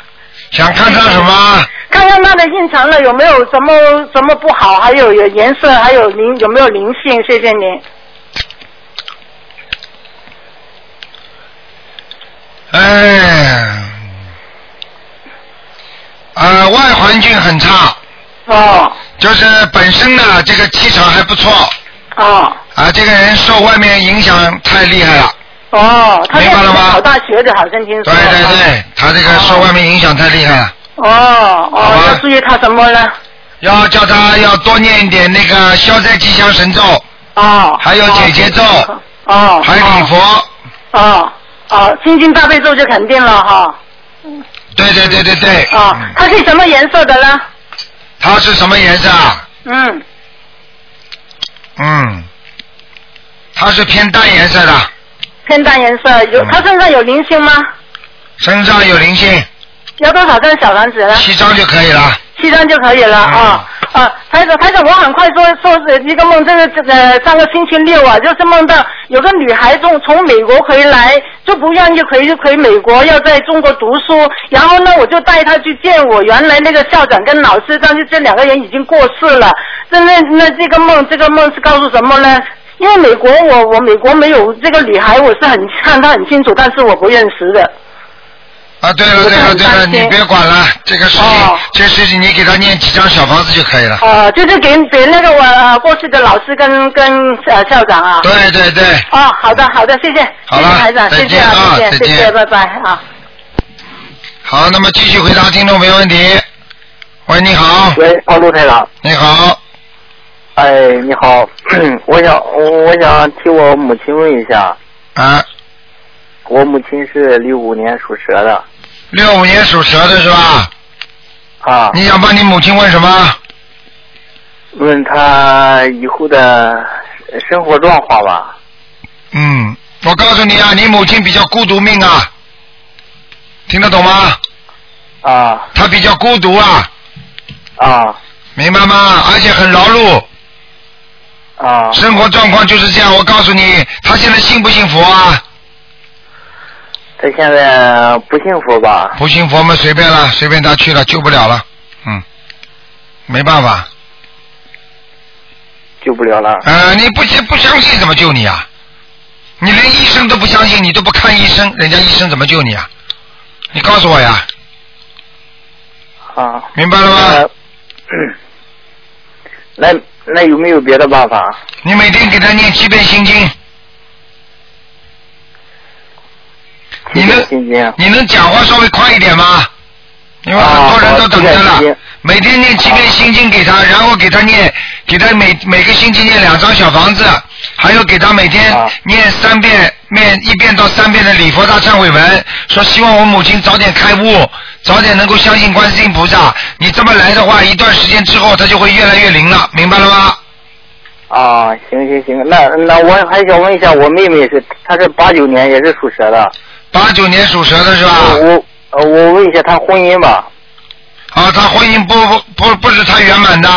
想看他什么？
看看它的印程了，有没有什么什么不好，还有有颜色，还有灵有没有灵性？谢谢您。
哎，呃，外环境很差，
哦
就是本身呢这个气场还不错
哦
啊，这个人受外面影响太厉害了。
哦，他
明
在
白了吗
考大学的，好像听
对
说。
对。对，他这个受外面影响太厉害了，
哦
好吧
哦，要注意他什么呢？
要叫他要多念一点那个消灾吉祥神咒，
哦。
还有姐姐咒，
哦。
还有礼佛。
哦哦，心经大悲咒就肯定了哈。
对对对对对。
哦
啊
嗯，
它是什么颜色的呢？
它是什么颜色啊？
嗯，
嗯，它是偏淡颜色的，
偏淡颜色，有
嗯
它身上有灵性吗？
身上有灵性，
要多少张小房子
嗯
呢？
七张就可以了。
七张就可以了啊。啊，台长，台长，我很快说说是一个梦，这个这个上个星期六啊，就是梦到有个女孩从从美国回来，就不愿意回回美国，要在中国读书。然后呢，我就带她去见我原来那个校长跟老师，但是这两个人已经过世了。那那那这个梦，这个梦是告诉什么呢？因为美国我我美国没有这个女孩，我是很看她很清楚，但是我不认识的。
啊，对了
我
对
是
了
很
对了，
担心
你别管了，这个事情
哦，
这事情你给他念几张小房子就可以了。
呃，就是给给那个我、呃、过世的老师跟跟呃校长啊。
对对对，
哦，好的，好的，谢谢，
好
谢
了
谢台长，
再
谢谢
见啊
谢
再
谢，谢
见
谢，拜拜啊。
好，那么继续回答听众朋友问题。喂，你好，
喂，啊，陆台长，
你好，
哎，你好， 我想我我想替我母亲问一下，
啊，
我母亲是六五年属蛇的
六五年属蛇的是吧？
啊，
你想帮你母亲问什么？
问她以后的生活状况吧。
嗯，我告诉你啊，你母亲比较孤独命啊，听得懂吗？
啊
她比较孤独啊，
啊
明白吗？而且很劳碌，
啊
生活状况就是这样。我告诉你，他现在信不信佛啊？
他现在不幸福吧？
不信佛嘛，随便了，随便他去了，救不了了。嗯，没办法。
救不了了。
呃，你不信不相信怎么救你啊？你连医生都不相信，你都不看医生，人家医生怎么救你啊？你告诉我呀，
啊，
明白了吗？
那那那有没有别的办法？
你每天给他念七遍心经，你能
心经啊
你能讲话稍微快一点吗？因为很多人都等着
啊我
了
知道，
每天念七遍心经给他，然后给他念，给他每每个星期念两张小房子，还有给他每天
啊
念三遍，念一遍到三遍的礼佛大忏悔文，说希望我母亲早点开悟，早点能够相信观世音菩萨。你这么来的话，一段时间之后，他就会越来越灵了，明白了吗？
啊，行行行，那那我还想问一下，我妹妹是她是八九年也是属蛇的，
八九年属蛇的是吧？
我我我问一下她婚姻吧，
啊，他婚姻不不不不是太圆满的，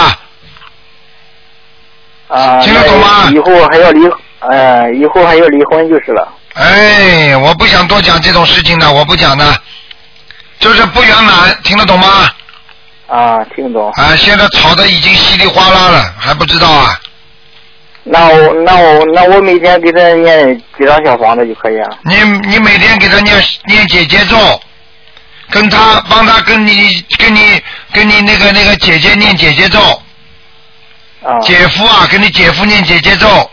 啊，
听得懂吗
那以后还要离，呃，以后还要离婚就是了。
哎，我不想多讲这种事情的，我不讲的，就是不圆满，听得懂吗？
啊，听懂。
啊，现在吵得已经稀里哗啦了，还不知道啊？
那我那我那我每天给她念几张小房子就可以了。
你你每天给他念念姐姐咒，跟他帮他跟你跟你跟你那个那个姐姐念姐姐咒，
啊
姐夫啊跟你姐夫念姐姐咒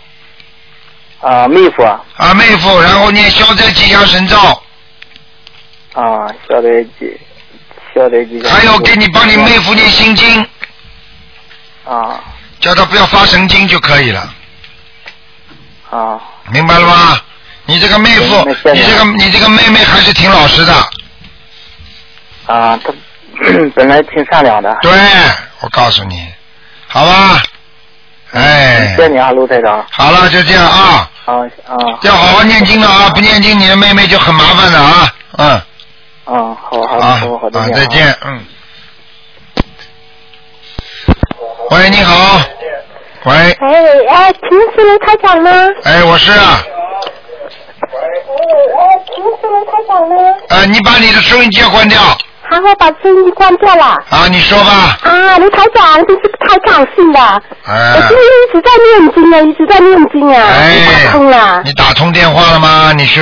啊，妹夫啊，
啊妹夫，然后念消灾吉祥神咒，
啊，小的几，小的几。
还有给你帮你妹夫念心经，
啊
叫他不要发神经就可以了。
啊
明白了吗？你这个妹夫
嗯那，现在
你这个你这个妹妹还是挺老实的。
啊，他 本来挺善良的。
对，我告诉你，好吧？哎
谢，谢你啊，卢台长。
好了，就这样啊，
啊啊
要好好念经了啊，不念经你的妹妹就很麻烦了啊。嗯，
啊，好好
啊
好好，
啊，
见啊
再。见，嗯。喂，你好。喂，
哎哎，请问是卢台长吗？
哎，我是啊，
哎，请问是卢台长吗？
呃，你把你的收音机关掉
好，我把收音机关掉了。
啊，你说吧，
啊，卢台长，真是太高兴了！我
哎
今，天一直在念经啊，一直在念经啊，
哎
打通了。
你打通电话了吗？你是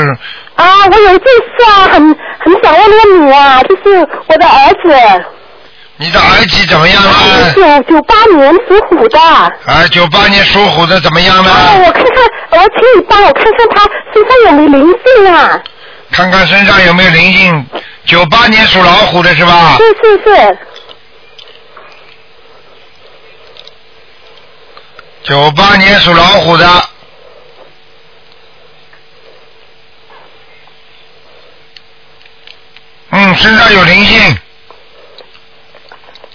啊，我有一件事啊，很很想问问你啊，就是我的儿子，
你的儿媳怎么样了？
九九八年属虎的，
啊，九八年属虎的怎么样呢？
啊，我看看，我请你帮我看看他身上有没有灵性啊？
看看身上有没有灵性。九八年属老虎的是吧
是？是是，
九八年属老虎的。嗯，身上有灵性，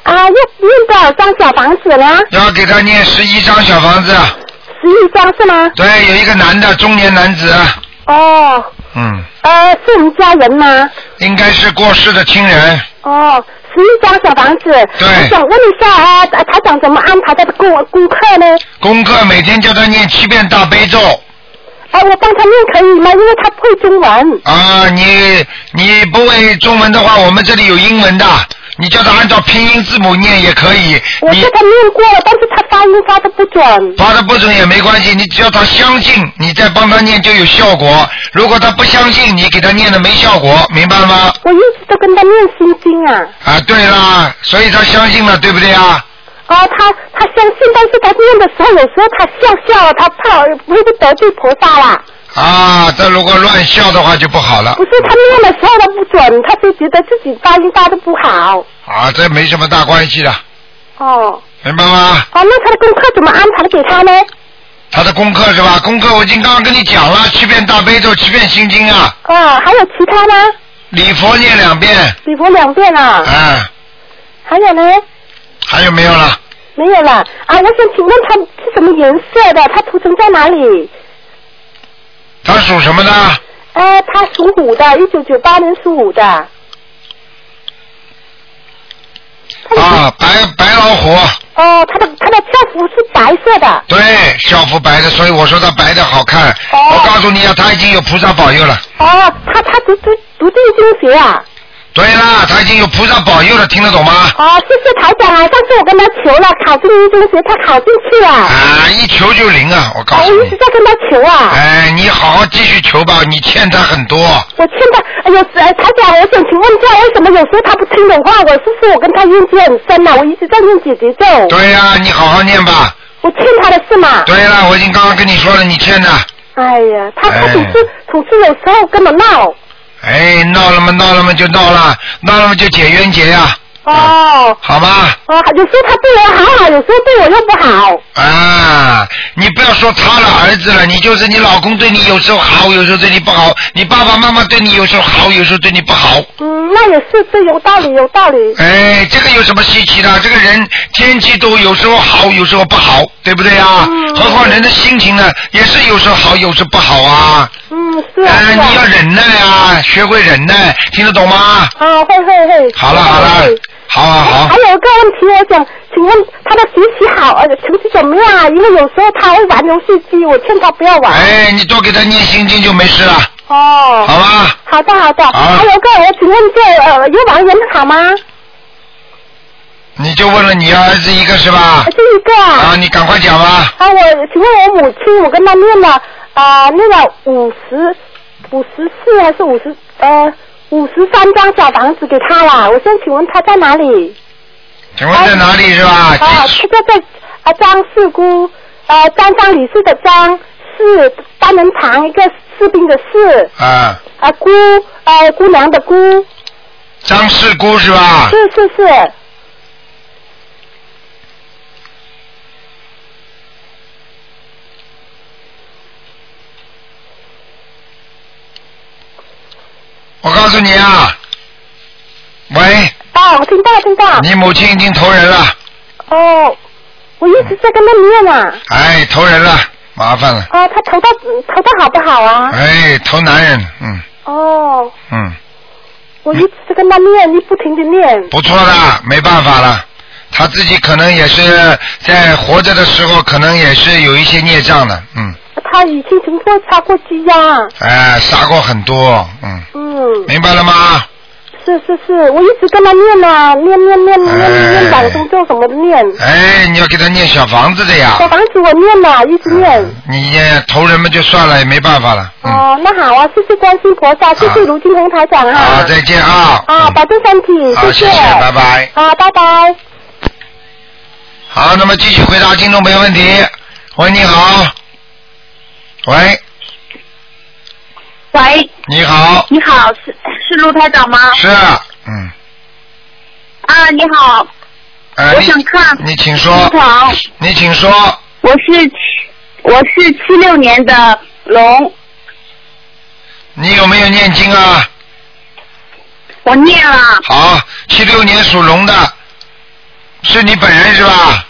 啊，要念多少张小房子呢？
要给他念十一张小房子。
十一张是吗？
对，有一个男的，中年男子，
哦，
嗯，
呃，是我们家人吗？
应该是过世的亲人。
哦，十一张小房子。
对
我想问一下啊，台长怎么安排他的功功课呢？
功课每天叫他念七遍大悲咒。
哎，我帮他念可以吗？因为他不会中文。
啊，你你不会中文的话，我们这里有英文的，你叫他按照拼音字母念也可以。
我
你
叫他念过了，但是他发音发的不准。
发的不准也没关系，你只要他相信，你再帮他念就有效果。如果他不相信，你给他念的没效果，明白吗？
我一直都跟他念心经啊。
啊，对啦，所以他相信了，对不对啊？
哦，他他相信，但是他念的时候，有时候他笑笑，他怕会不会得罪菩萨啦？
啊，这如果乱笑的话就不好了
不。是，他念的时候他不准，他就觉得自己发音发的不好。
啊，这没什么大关系的，
哦，
明白吗？
哦，那他的功课怎么安排给他呢？
他的功课是吧？功课我已经刚刚跟你讲了，七遍大悲咒，七遍心经啊，
哦，还有其他呢？
礼佛念两遍，
礼佛两遍啊，
啊。
还有呢？
还有没有了？
没有了啊！我想请问他是什么颜色的？他图腾在哪里？
他属什么的？
呃，他属虎的，一九九八年属虎的。
啊，白白老虎，
哦，他的他的校服是白色的。
对，校服白的，所以我说它白的好看。我告诉你啊，它已经有菩萨保佑了。
哦，他他读读读这个经学啊。
对啦，它已经有菩萨保佑了，听得懂吗？
哦，谢谢台长啊！上次我跟他求了，考进中学，他考进去了。
啊，一求就灵啊！我告
我
诉
一直
你，
在跟他求啊，
哎，你好好继续求吧，你欠他很多。
我劝他，哎呦，哎台长，我想请问一下，为什么有时候他不听我话？我是不是我跟他冤结很深呐、啊我一直在念姐姐咒，
对呀、你好好念吧。
我欠他的是吗？
对啦，我已经刚刚跟你说了，你欠的。
哎呀，他他
哎
总是总是有时候跟我闹。
哎，闹了嘛，闹了嘛就闹了，闹了嘛就解冤结呀、
哦
好吗？
哦，有时候他对我好啊好，有时候对我又不好。
啊，你不要说他了儿子了，你就是你老公对你有时候好，有时候对你不好，你爸爸妈妈对你有时候好，有时候对你不好。
嗯，那也是，这有道理，有道理。
哎，这个有什么稀奇的？这个人天气都有时候好，有时候不好，对不对啊？
嗯
何况人的心情呢，也是有时候好，有时候不好啊。
嗯，是啊，
哎，
是
你要
啊。
忍耐啊，学会忍耐，听得懂吗？
啊，会会会。
好了好了
会，
好好好
哎还。有一个问题，我想请问他的学习好，呃，成绩怎么样啊？因为有时候他会玩游戏机，我劝他不要玩。
哎，你多给他念心经就没事了，
哦，
好吗？
好的好的。
好
还有一个，我请问这呃，有网人好吗？
啊你就问了你儿子一个是吧
呃？这一个
啊，
啊，
你赶快讲吧。
啊，我请问我母亲，我跟她念了啊、念了五十五十四还是五十呃五十三张小房子给她啦。我想请问她在哪里？
请问在哪里是吧？
啊，
几
这个在啊张四姑，呃张张女士的张，四单人旁一个士兵的士，
啊，
啊姑呃姑娘的姑，
张世姑是吧？
是是是，
我告诉你啊，喂，
啊我听到听到，
你母亲已经投人了，
哦，我一直在跟她念啊，
哎，投人了，麻烦了，
啊她头到头到好不好啊？
哎，投男人，嗯
哦，
嗯，
我一直在跟她念，一不停的念，
不错的，没办法了。他自己可能也是在活着的时候，可能也是有一些孽障的，嗯，
她已经曾经杀过鸡呀、
哎，杀过很多，嗯，
嗯，
明白了吗？
是是是，我一直跟她念啊，念念念念念
哎
往生咒什么的念。
哎，你要给他念小房子的呀
小，房子我念了，一直念。
你念投人们就算了，也没办法了，嗯，
哦，那好啊，谢谢观世音菩萨，谢谢卢金红台长啊。
好，再见啊，
啊，
嗯
保重身体，
好，谢
谢。
谢，拜拜。
啊，拜拜。
好，那么继续回答听众朋友问题。喂，你好。喂，
喂，
你好。
你好，是是卢台长吗？
是，嗯，
啊，你好，
呃，
我
你
想看
你请
卢
说，
总，
你请说，
我是七我是七六年的龙，
你有没有念经啊？
我念了，
好，七六年属龙的，是你本人是吧？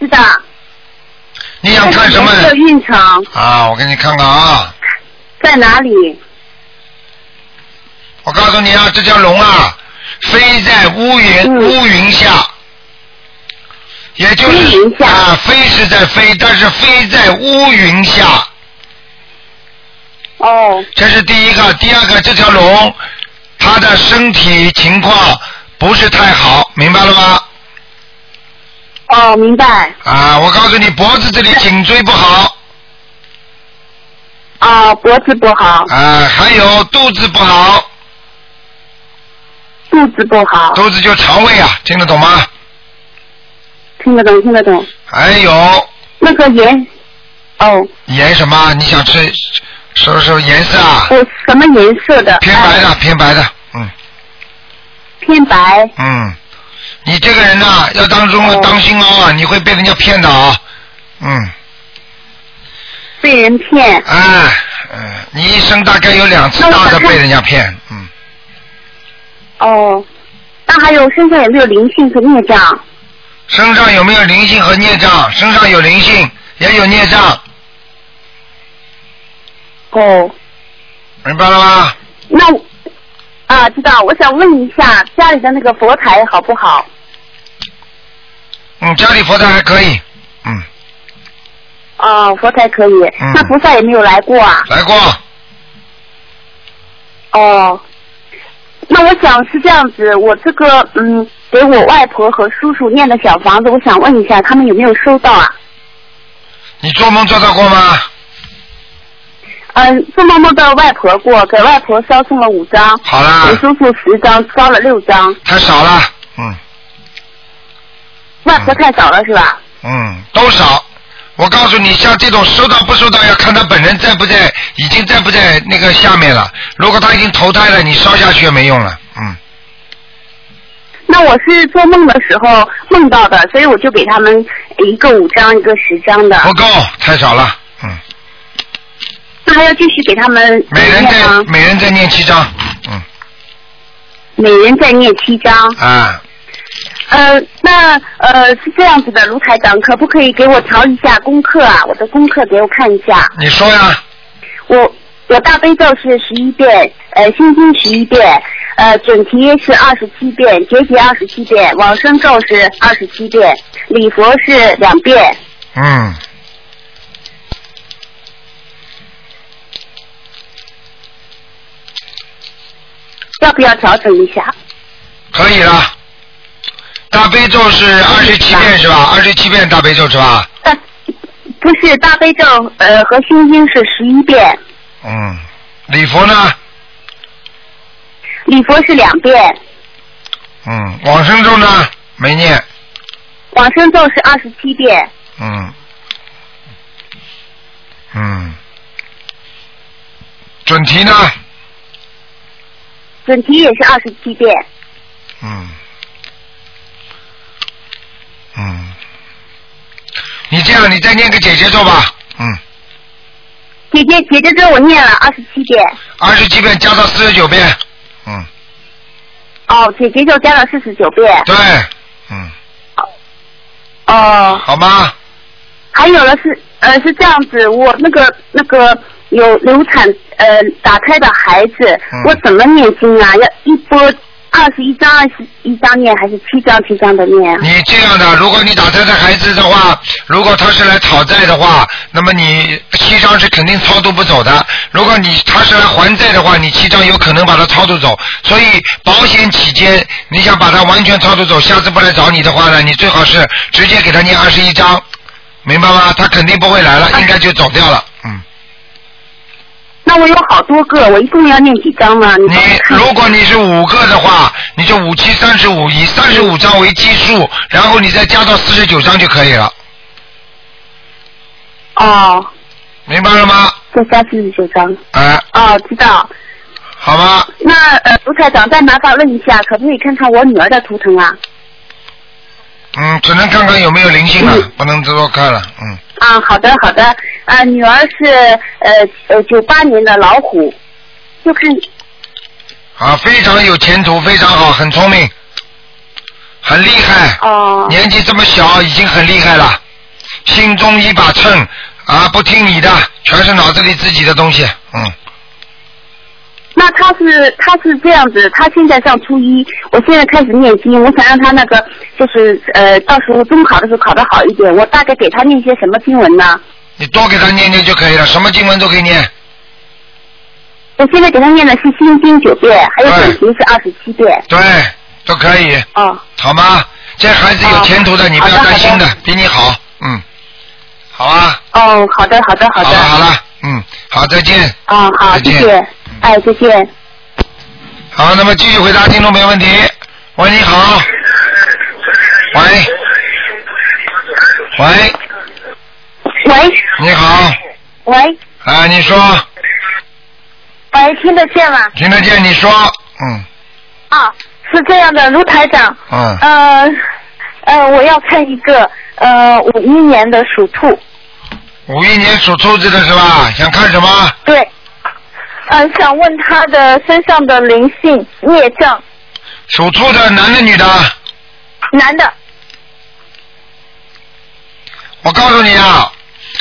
是的。
你想看 什么？
这个运程
啊，我给你看看啊，
在哪里？
我告诉你啊，这条龙啊，飞在乌云
嗯
乌云下，也就
乌云
是
下
啊，飞是在飞，但是飞在乌云下。
哦，
这是第一个，第二个，这条龙它的身体情况不是太好，明白了吗？
哦，明白。
啊，我告诉你，脖子这里颈椎不好，
哦，脖子不好，
啊，还有肚子不好，
肚子不好，
肚子就肠胃啊，听得懂吗？
听得懂，听得懂。
还有
那个颜，哦，
盐什么？你想吃什什么颜色啊？
哦
我什么颜色的？
偏白
呃
哎
的，偏白的，嗯
偏白。
嗯，你这个人呐、要当中
哦
当心哦，你会被人家骗的啊，嗯。
被人骗，
哎，嗯，你一生大概有两次大的被人家骗，嗯，
哦，那还有身上有没有灵性和孽障？
身上有没有灵性和孽障？身上有灵性，也有孽障，
哦，
哦
明白了吗？
那我啊、
啊，知道。我想问一下，家里的那个佛台好不好？
嗯，家里佛台还可以，
哦，佛台可以。
嗯
那菩萨也没有来过啊？
来过。
哦，那我想是这样子，我这个嗯，给我外婆和叔叔念的小房子，我想问一下，他们有没有收到啊？
你做梦做到过吗？
嗯，做梦梦到外婆过，给外婆烧送了五张，
好啦
给，叔叔十张，烧了六张，
太少了，
外婆太少了是吧？
嗯，都少。我告诉你，像这种收到不收到要看他本人在不在，已经在不在那个下面了。如果他已经投胎了，你烧下去也没用了。嗯，
那我是做梦的时候梦到的，所以我就给他们一个五张，一个十张的。
不够，太少了。
那还要继续给他们
每人
念
再嗯
吗？
每人再念七嗯张
每人再念七张。
啊。
呃，那呃是这样子的，卢台长，可不可以给我调一下功课啊？我的功课给我看一下。
你说呀，
我我大悲咒是十一遍，呃，心经十一遍，呃，准提是二十七遍，结节二十七遍，往生咒是二十七遍，礼佛是两遍。
嗯，
要不要调整一下？
可以了。大悲咒是二十七遍是吧？二十七遍大悲咒是吧？
不是大悲咒，呃，和心经是十一遍，
嗯，礼佛呢？
礼佛是两遍，
嗯，往生咒呢？没念。
往生咒是二十七遍。
嗯，嗯，准提呢？
准提也是二十七遍，
嗯，嗯，你这样，你再念个姐姐咒吧，
姐姐姐姐咒我念了二十七遍，
二十七遍加到四十九遍，
哦，姐姐咒加了四十九遍，
对，
哦，
好吗？
还有了是呃是这样子，我那个那个有流产呃打胎的孩子，
嗯
我怎么念经啊？要一波二十一张二十一张念，还是七张七张的念啊？
你这样的，如果你打胎的孩子的话，如果他是来讨债的话，那么你七张是肯定超度不走的。如果你他是来还债的话，你七张有可能把他超度走。所以保险起见，你想把他完全超度走，下次不来找你的话呢，你最好是直接给他念二十一张，明白吗？他肯定不会来了，应该就走掉了。
那我有好多个，我一共要念几张呢？你帮我看
如果你是五个的话，你就五七三十五，以三十五张为基数，然后你再加到四十九张就可以了。
哦，
明白了吗？
再加四十九张。
哎、
哦，知道。
好吗？
那呃，卢台长，再麻烦问一下，可不可以看看我女儿的图腾啊？
嗯，只能看看有没有灵性了，不能多看了。嗯，
啊，好的好的，啊，女儿是呃呃九八年的老虎，就看
啊，非常有前途，非常好，很聪明，很厉害。
哦。
年纪这么小，已经很厉害了，心中一把秤啊，不听你的，全是脑子里自己的东西。嗯，
那她是她是这样子，她现在上初一，我现在开始念经，我想让她那个就是呃到时候中考的时候考得好一点，我大概给她念些什么经文呢？
你多给他念念就可以了，什么经文都可以念。
我现在给她念的是心经九遍，还有准提
哎
是二十七遍。
对，都可以。
哦。
好吗？这孩子有前途的，
哦
你不要
好的
担心的
好的，
比你好。嗯，好啊，
哦，好的好的好的。
好了，嗯，好，再见。
啊、好，谢
再
谢，哎，再见。
好，那么继续回答听众朋友问题。喂，你好。喂。喂。
喂。
你好，
喂，
啊，你说，
喂，听得见吗？
听得见？你说，嗯
哦
啊，是这样的，卢台长，
嗯，
呃，呃，我要看一个呃五一年的属兔，
五一年属兔子的是吧？想看什么？
对，呃，想问他的身上的灵性孽障，
属兔的男的女的？
男的，
我告诉你啊，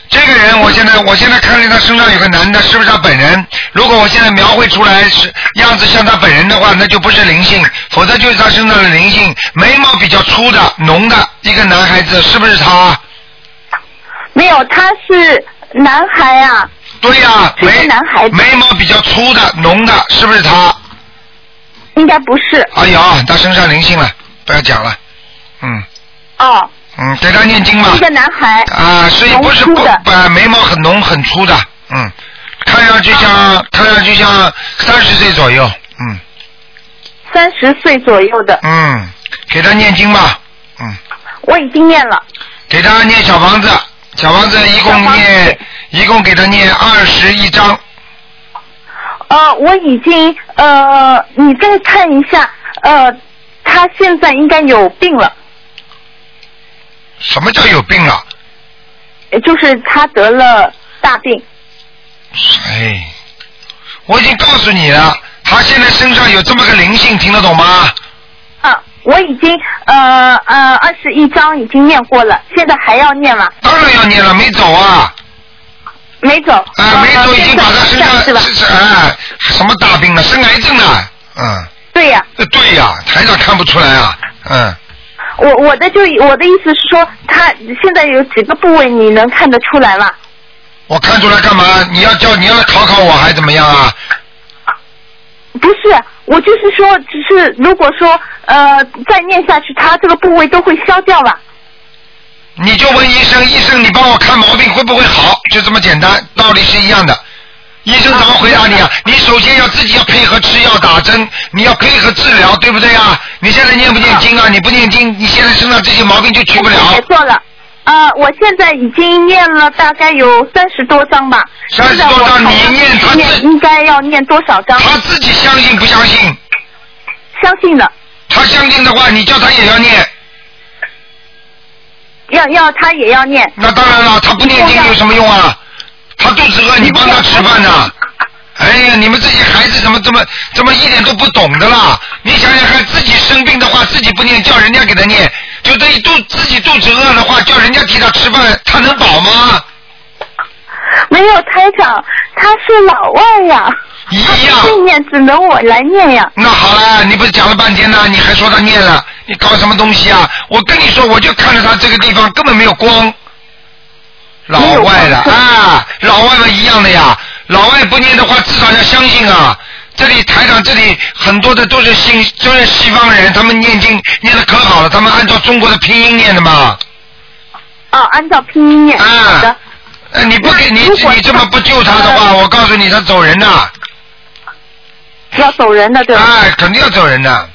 这个人，我现在我现在看见他身上有个男的，是不是他本人？如果我现在描绘出来是样子像他本人的话，那就不是灵性，否则就是他身上的灵性。眉毛比较粗的、浓的一个男孩子，是不是他？
没有，他是男孩啊。
对呀、
是个男孩子，
眉毛比较粗的、浓的，是不是他？
应该不是。
哎呀，他身上灵性了，不要讲了。嗯
哦，
嗯，给他念经吧
是。个男孩。
啊，所以不是
浓
不
粗的
把眉毛很浓很粗的，嗯，看上去
啊
像看上去像三十岁左右，嗯
三十岁左右的，
嗯，给他念经吧，
我已经念了。
给他念小房子，小房子一共念一共给他念二十一章，
呃，我已经呃，你再看一下，呃，他现在应该有病了，
什么叫有病了？
呃就是他得了大病。
哎，我已经告诉你了，他现在身上有这么个灵性，听得懂吗？
啊，我已经呃呃二十一章已经念过了，现在还要念吗？
当然要念了，没走啊。
没走。啊、
没走，已经把他身上
是吧？
是哎什么大病了，生癌症了，嗯。
对呀、
呃对呀、台长看不出来啊，嗯，
我我的就我的意思是说，他现在有几个部位你能看得出来吗？
我看出来干嘛？你要叫你要来考考我还怎么样啊？
不是，我就是说，只是如果说呃再念下去，他这个部位都会消掉吧？
你就问医生，医生你帮我看毛病会不会好，就这么简单，道理是一样的。医生怎么回答你啊？你首先要自己要配合吃药打针，你要配合治疗，对不对啊？你现在念不念经啊？你不念经，你现在身上这些毛病就去不了。
也做了。呃，我现在已经念了大概有三十多章吧。
三十多章，你念他自
应该要念多少章？
他自己相信不相信？
相信的，
他相信的话，你叫他也要念。
要要他也要念。
那当然了，他不念经有什么用啊？他肚子饿，你帮他吃饭 呐、哎呀，你们这些孩子怎么这么怎么一点都不懂的啦？你想想看，自己生病的话，自己不念，叫人家给他念，就这一肚自己肚子饿的话，叫人家替他吃饭，他能饱吗？
没有台长，他是老外呀。
一
样。他不念只能我来念呀。
那好了，你不是讲了半天呢？你还说他念了，你搞什么东西啊？我跟你说，我就看着他这个地方根本没有光，老外了啊，老外们一样的呀。老外不念的话，至少要相信啊。这里台长这里很多的都是新，都是西方人，他们念经念的可好了，他们按照中国的拼音念的嘛。
哦，按照拼音念。
好的。呃，你不给你你这么不救他的
呃
话，我告诉你，他走人的。
要走人的对吧？
哎，肯定要走人的。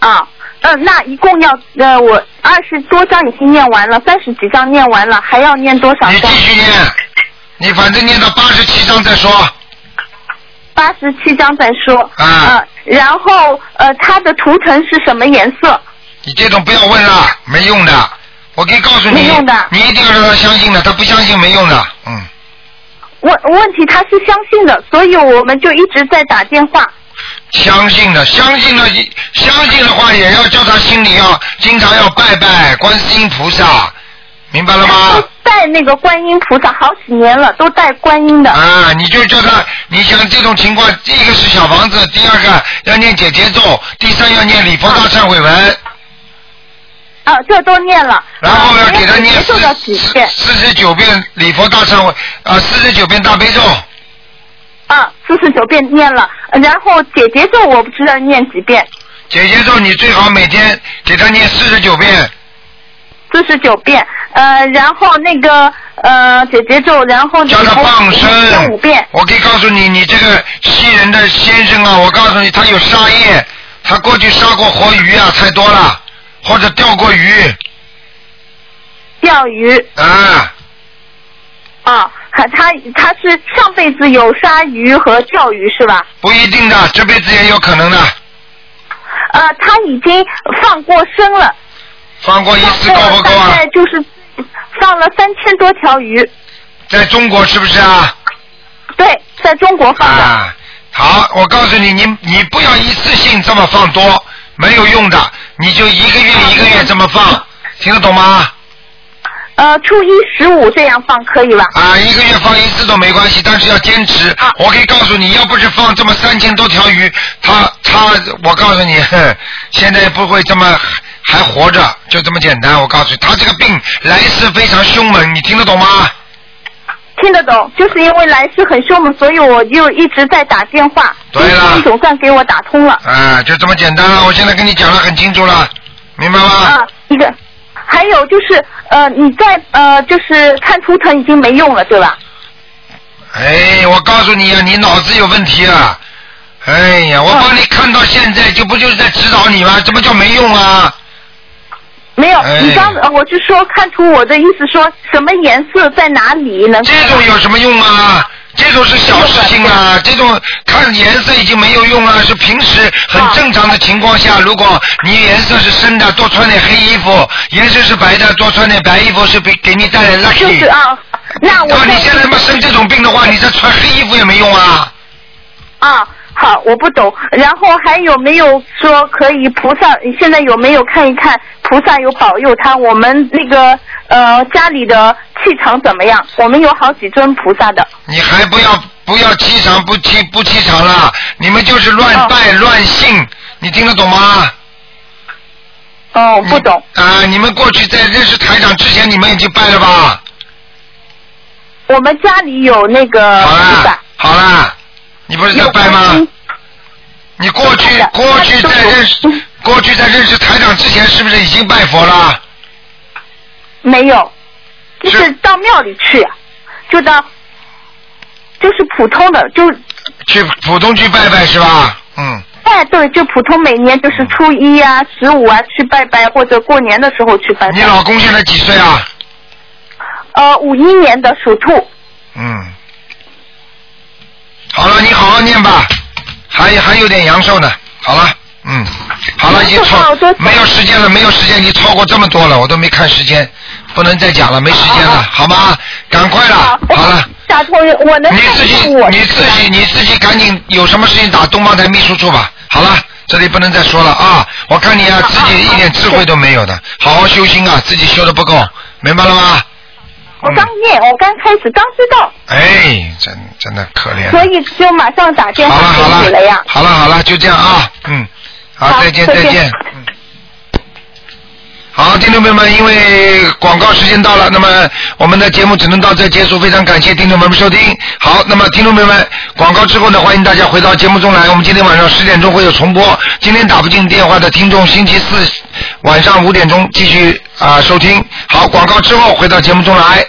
啊，呃，那一共要呃，我二十多章已经念完了，三十几章念完了，还要念多少章？
继续念， 你反正念到八十七章再说。
八十七章再说。
啊。
呃、然后呃，它的图腾是什么颜色？
你这种不要问了，没用的。我可以告诉你，
没用的
你一定要让他相信的，他不相信没用的。嗯，
问问题他是相信的，所以我们就一直在打电话。
相信的，相信的，相信的话也要叫他心里要经常要拜拜观世音菩萨，明白了吗？
带那个观音菩萨好几年了，都带观音的。
啊，你就叫他，你像这种情况，第一个是小房子，第二个要念解结咒，第三要念礼佛大忏悔文，
啊，这都念了。啊
然后要给他念
结束了几遍？
四十九遍礼佛大忏悔，啊，四十九遍大悲咒。
啊，四十九遍念了，然后姐姐咒我不知道念几遍，
姐姐咒你最好每天给他念四十九遍，
四十九遍，呃，然后那个呃姐姐咒，然后叫他放
生
五遍，
我可以告诉你，你这个西人的先生啊，我告诉你，他有杀业，他过去杀过活鱼啊，太多了，或者钓过鱼
钓鱼
啊，
啊，还他他是上辈子有杀鱼和钓鱼是吧？
不一定的，这辈子也有可能的，
呃，他已经放过生了，
放过一次够不够
大
啊？
概就是放了三千多条鱼，
在中国是不是啊？
对，在中国放的，
啊，好，我告诉你，你你不要一次性这么放多，没有用的，你就一个月一个月这么放，听得懂吗？
呃，初一十五这样放可以吧？
啊，一个月放一次都没关系，但是要坚持。我可以告诉你，要不是放这么三千多条鱼，他他，我告诉你，哼现在不会这么还活着，就这么简单。我告诉你，他这个病来势非常凶猛，你听得懂吗？
听得懂，就是因为来势很凶猛，所以我就一直在打电话。
对了
你总算给我打通了。
啊，就这么简单了。我现在跟你讲的很清楚了，明白吗？
啊，一个，还有就是呃，你在呃，就是看图腾已经没用了，对吧？
哎，我告诉你啊，你脑子有问题啊！哎
哦
呀，我帮你看到现在，就不就是在指导你吗？这不叫没用啊！
没有，
哎
你刚呃我是说看图，我的意思说什么颜色在哪里能？
这种有什么用啊？这种是小事情啊，
哦
这种看颜色已经没有用啊了，是平时很正常的情况下，
哦
如果你颜色是深的，多穿点黑衣服；颜色是白的，多穿点白衣服，是给给你带来 lucky。
就是啊，那我
那你
在
现在他妈生这种病的话，你再穿黑衣服也没用啊！
啊，好，我不懂。然后还有没有说可以菩萨？现在有没有看一看菩萨有保佑他？我们那个呃家里的气场怎么样？我们有好几尊菩萨的。
你还不要不要欺场不欺不欺场了，你们就是乱拜、乱信，你听得懂吗？
哦，不懂。
啊、你们过去在认识台长之前，你们已经拜了吧？
我们家里有那个菩萨。
好啦，你不是在拜吗？你过去过去在认
嗯
识过去在认识台长之前，是不是已经拜佛了？
没有，就是到庙里去，就到就是普通的，就
去浦东去拜拜是吧？嗯，
哎对，就普通每年就是初一啊、十五啊去拜拜，或者过年的时候去拜拜。
你老公现在几岁啊？
呃，五一年的属兔。
嗯，好了，你好好念吧，还还有点阳寿呢。好了，嗯，好了，已经超没有时间了，没有时间，你超过这么多了，我都没看时间，不能再讲了，没时间了，好吗？赶快了，好了。
打通，我哎能
你自己，你自己，你自己赶紧有什么事情打东方台秘书处吧。好了，这里不能再说了啊！我看你啊，自己一点智慧都没有的，好好修心啊，自己修的不够，明白了吗？嗯
我刚念，我刚开始，刚知道，
哎，真真的可怜。啊
所以就马上打电话给你了呀。
好了好了，就这样啊，嗯，好，
好
再见
再
再
见
见，嗯。好，听众朋友们，因为广告时间到了，那么我们的节目只能到这结束。非常感谢听众朋友们收听。好，那么听众朋友们，广告之后呢，欢迎大家回到节目中来。我们今天晚上十点钟会有重播。今天打不进电话的听众，星期四晚上五点钟继续啊、收听。好，广告之后回到节目中来。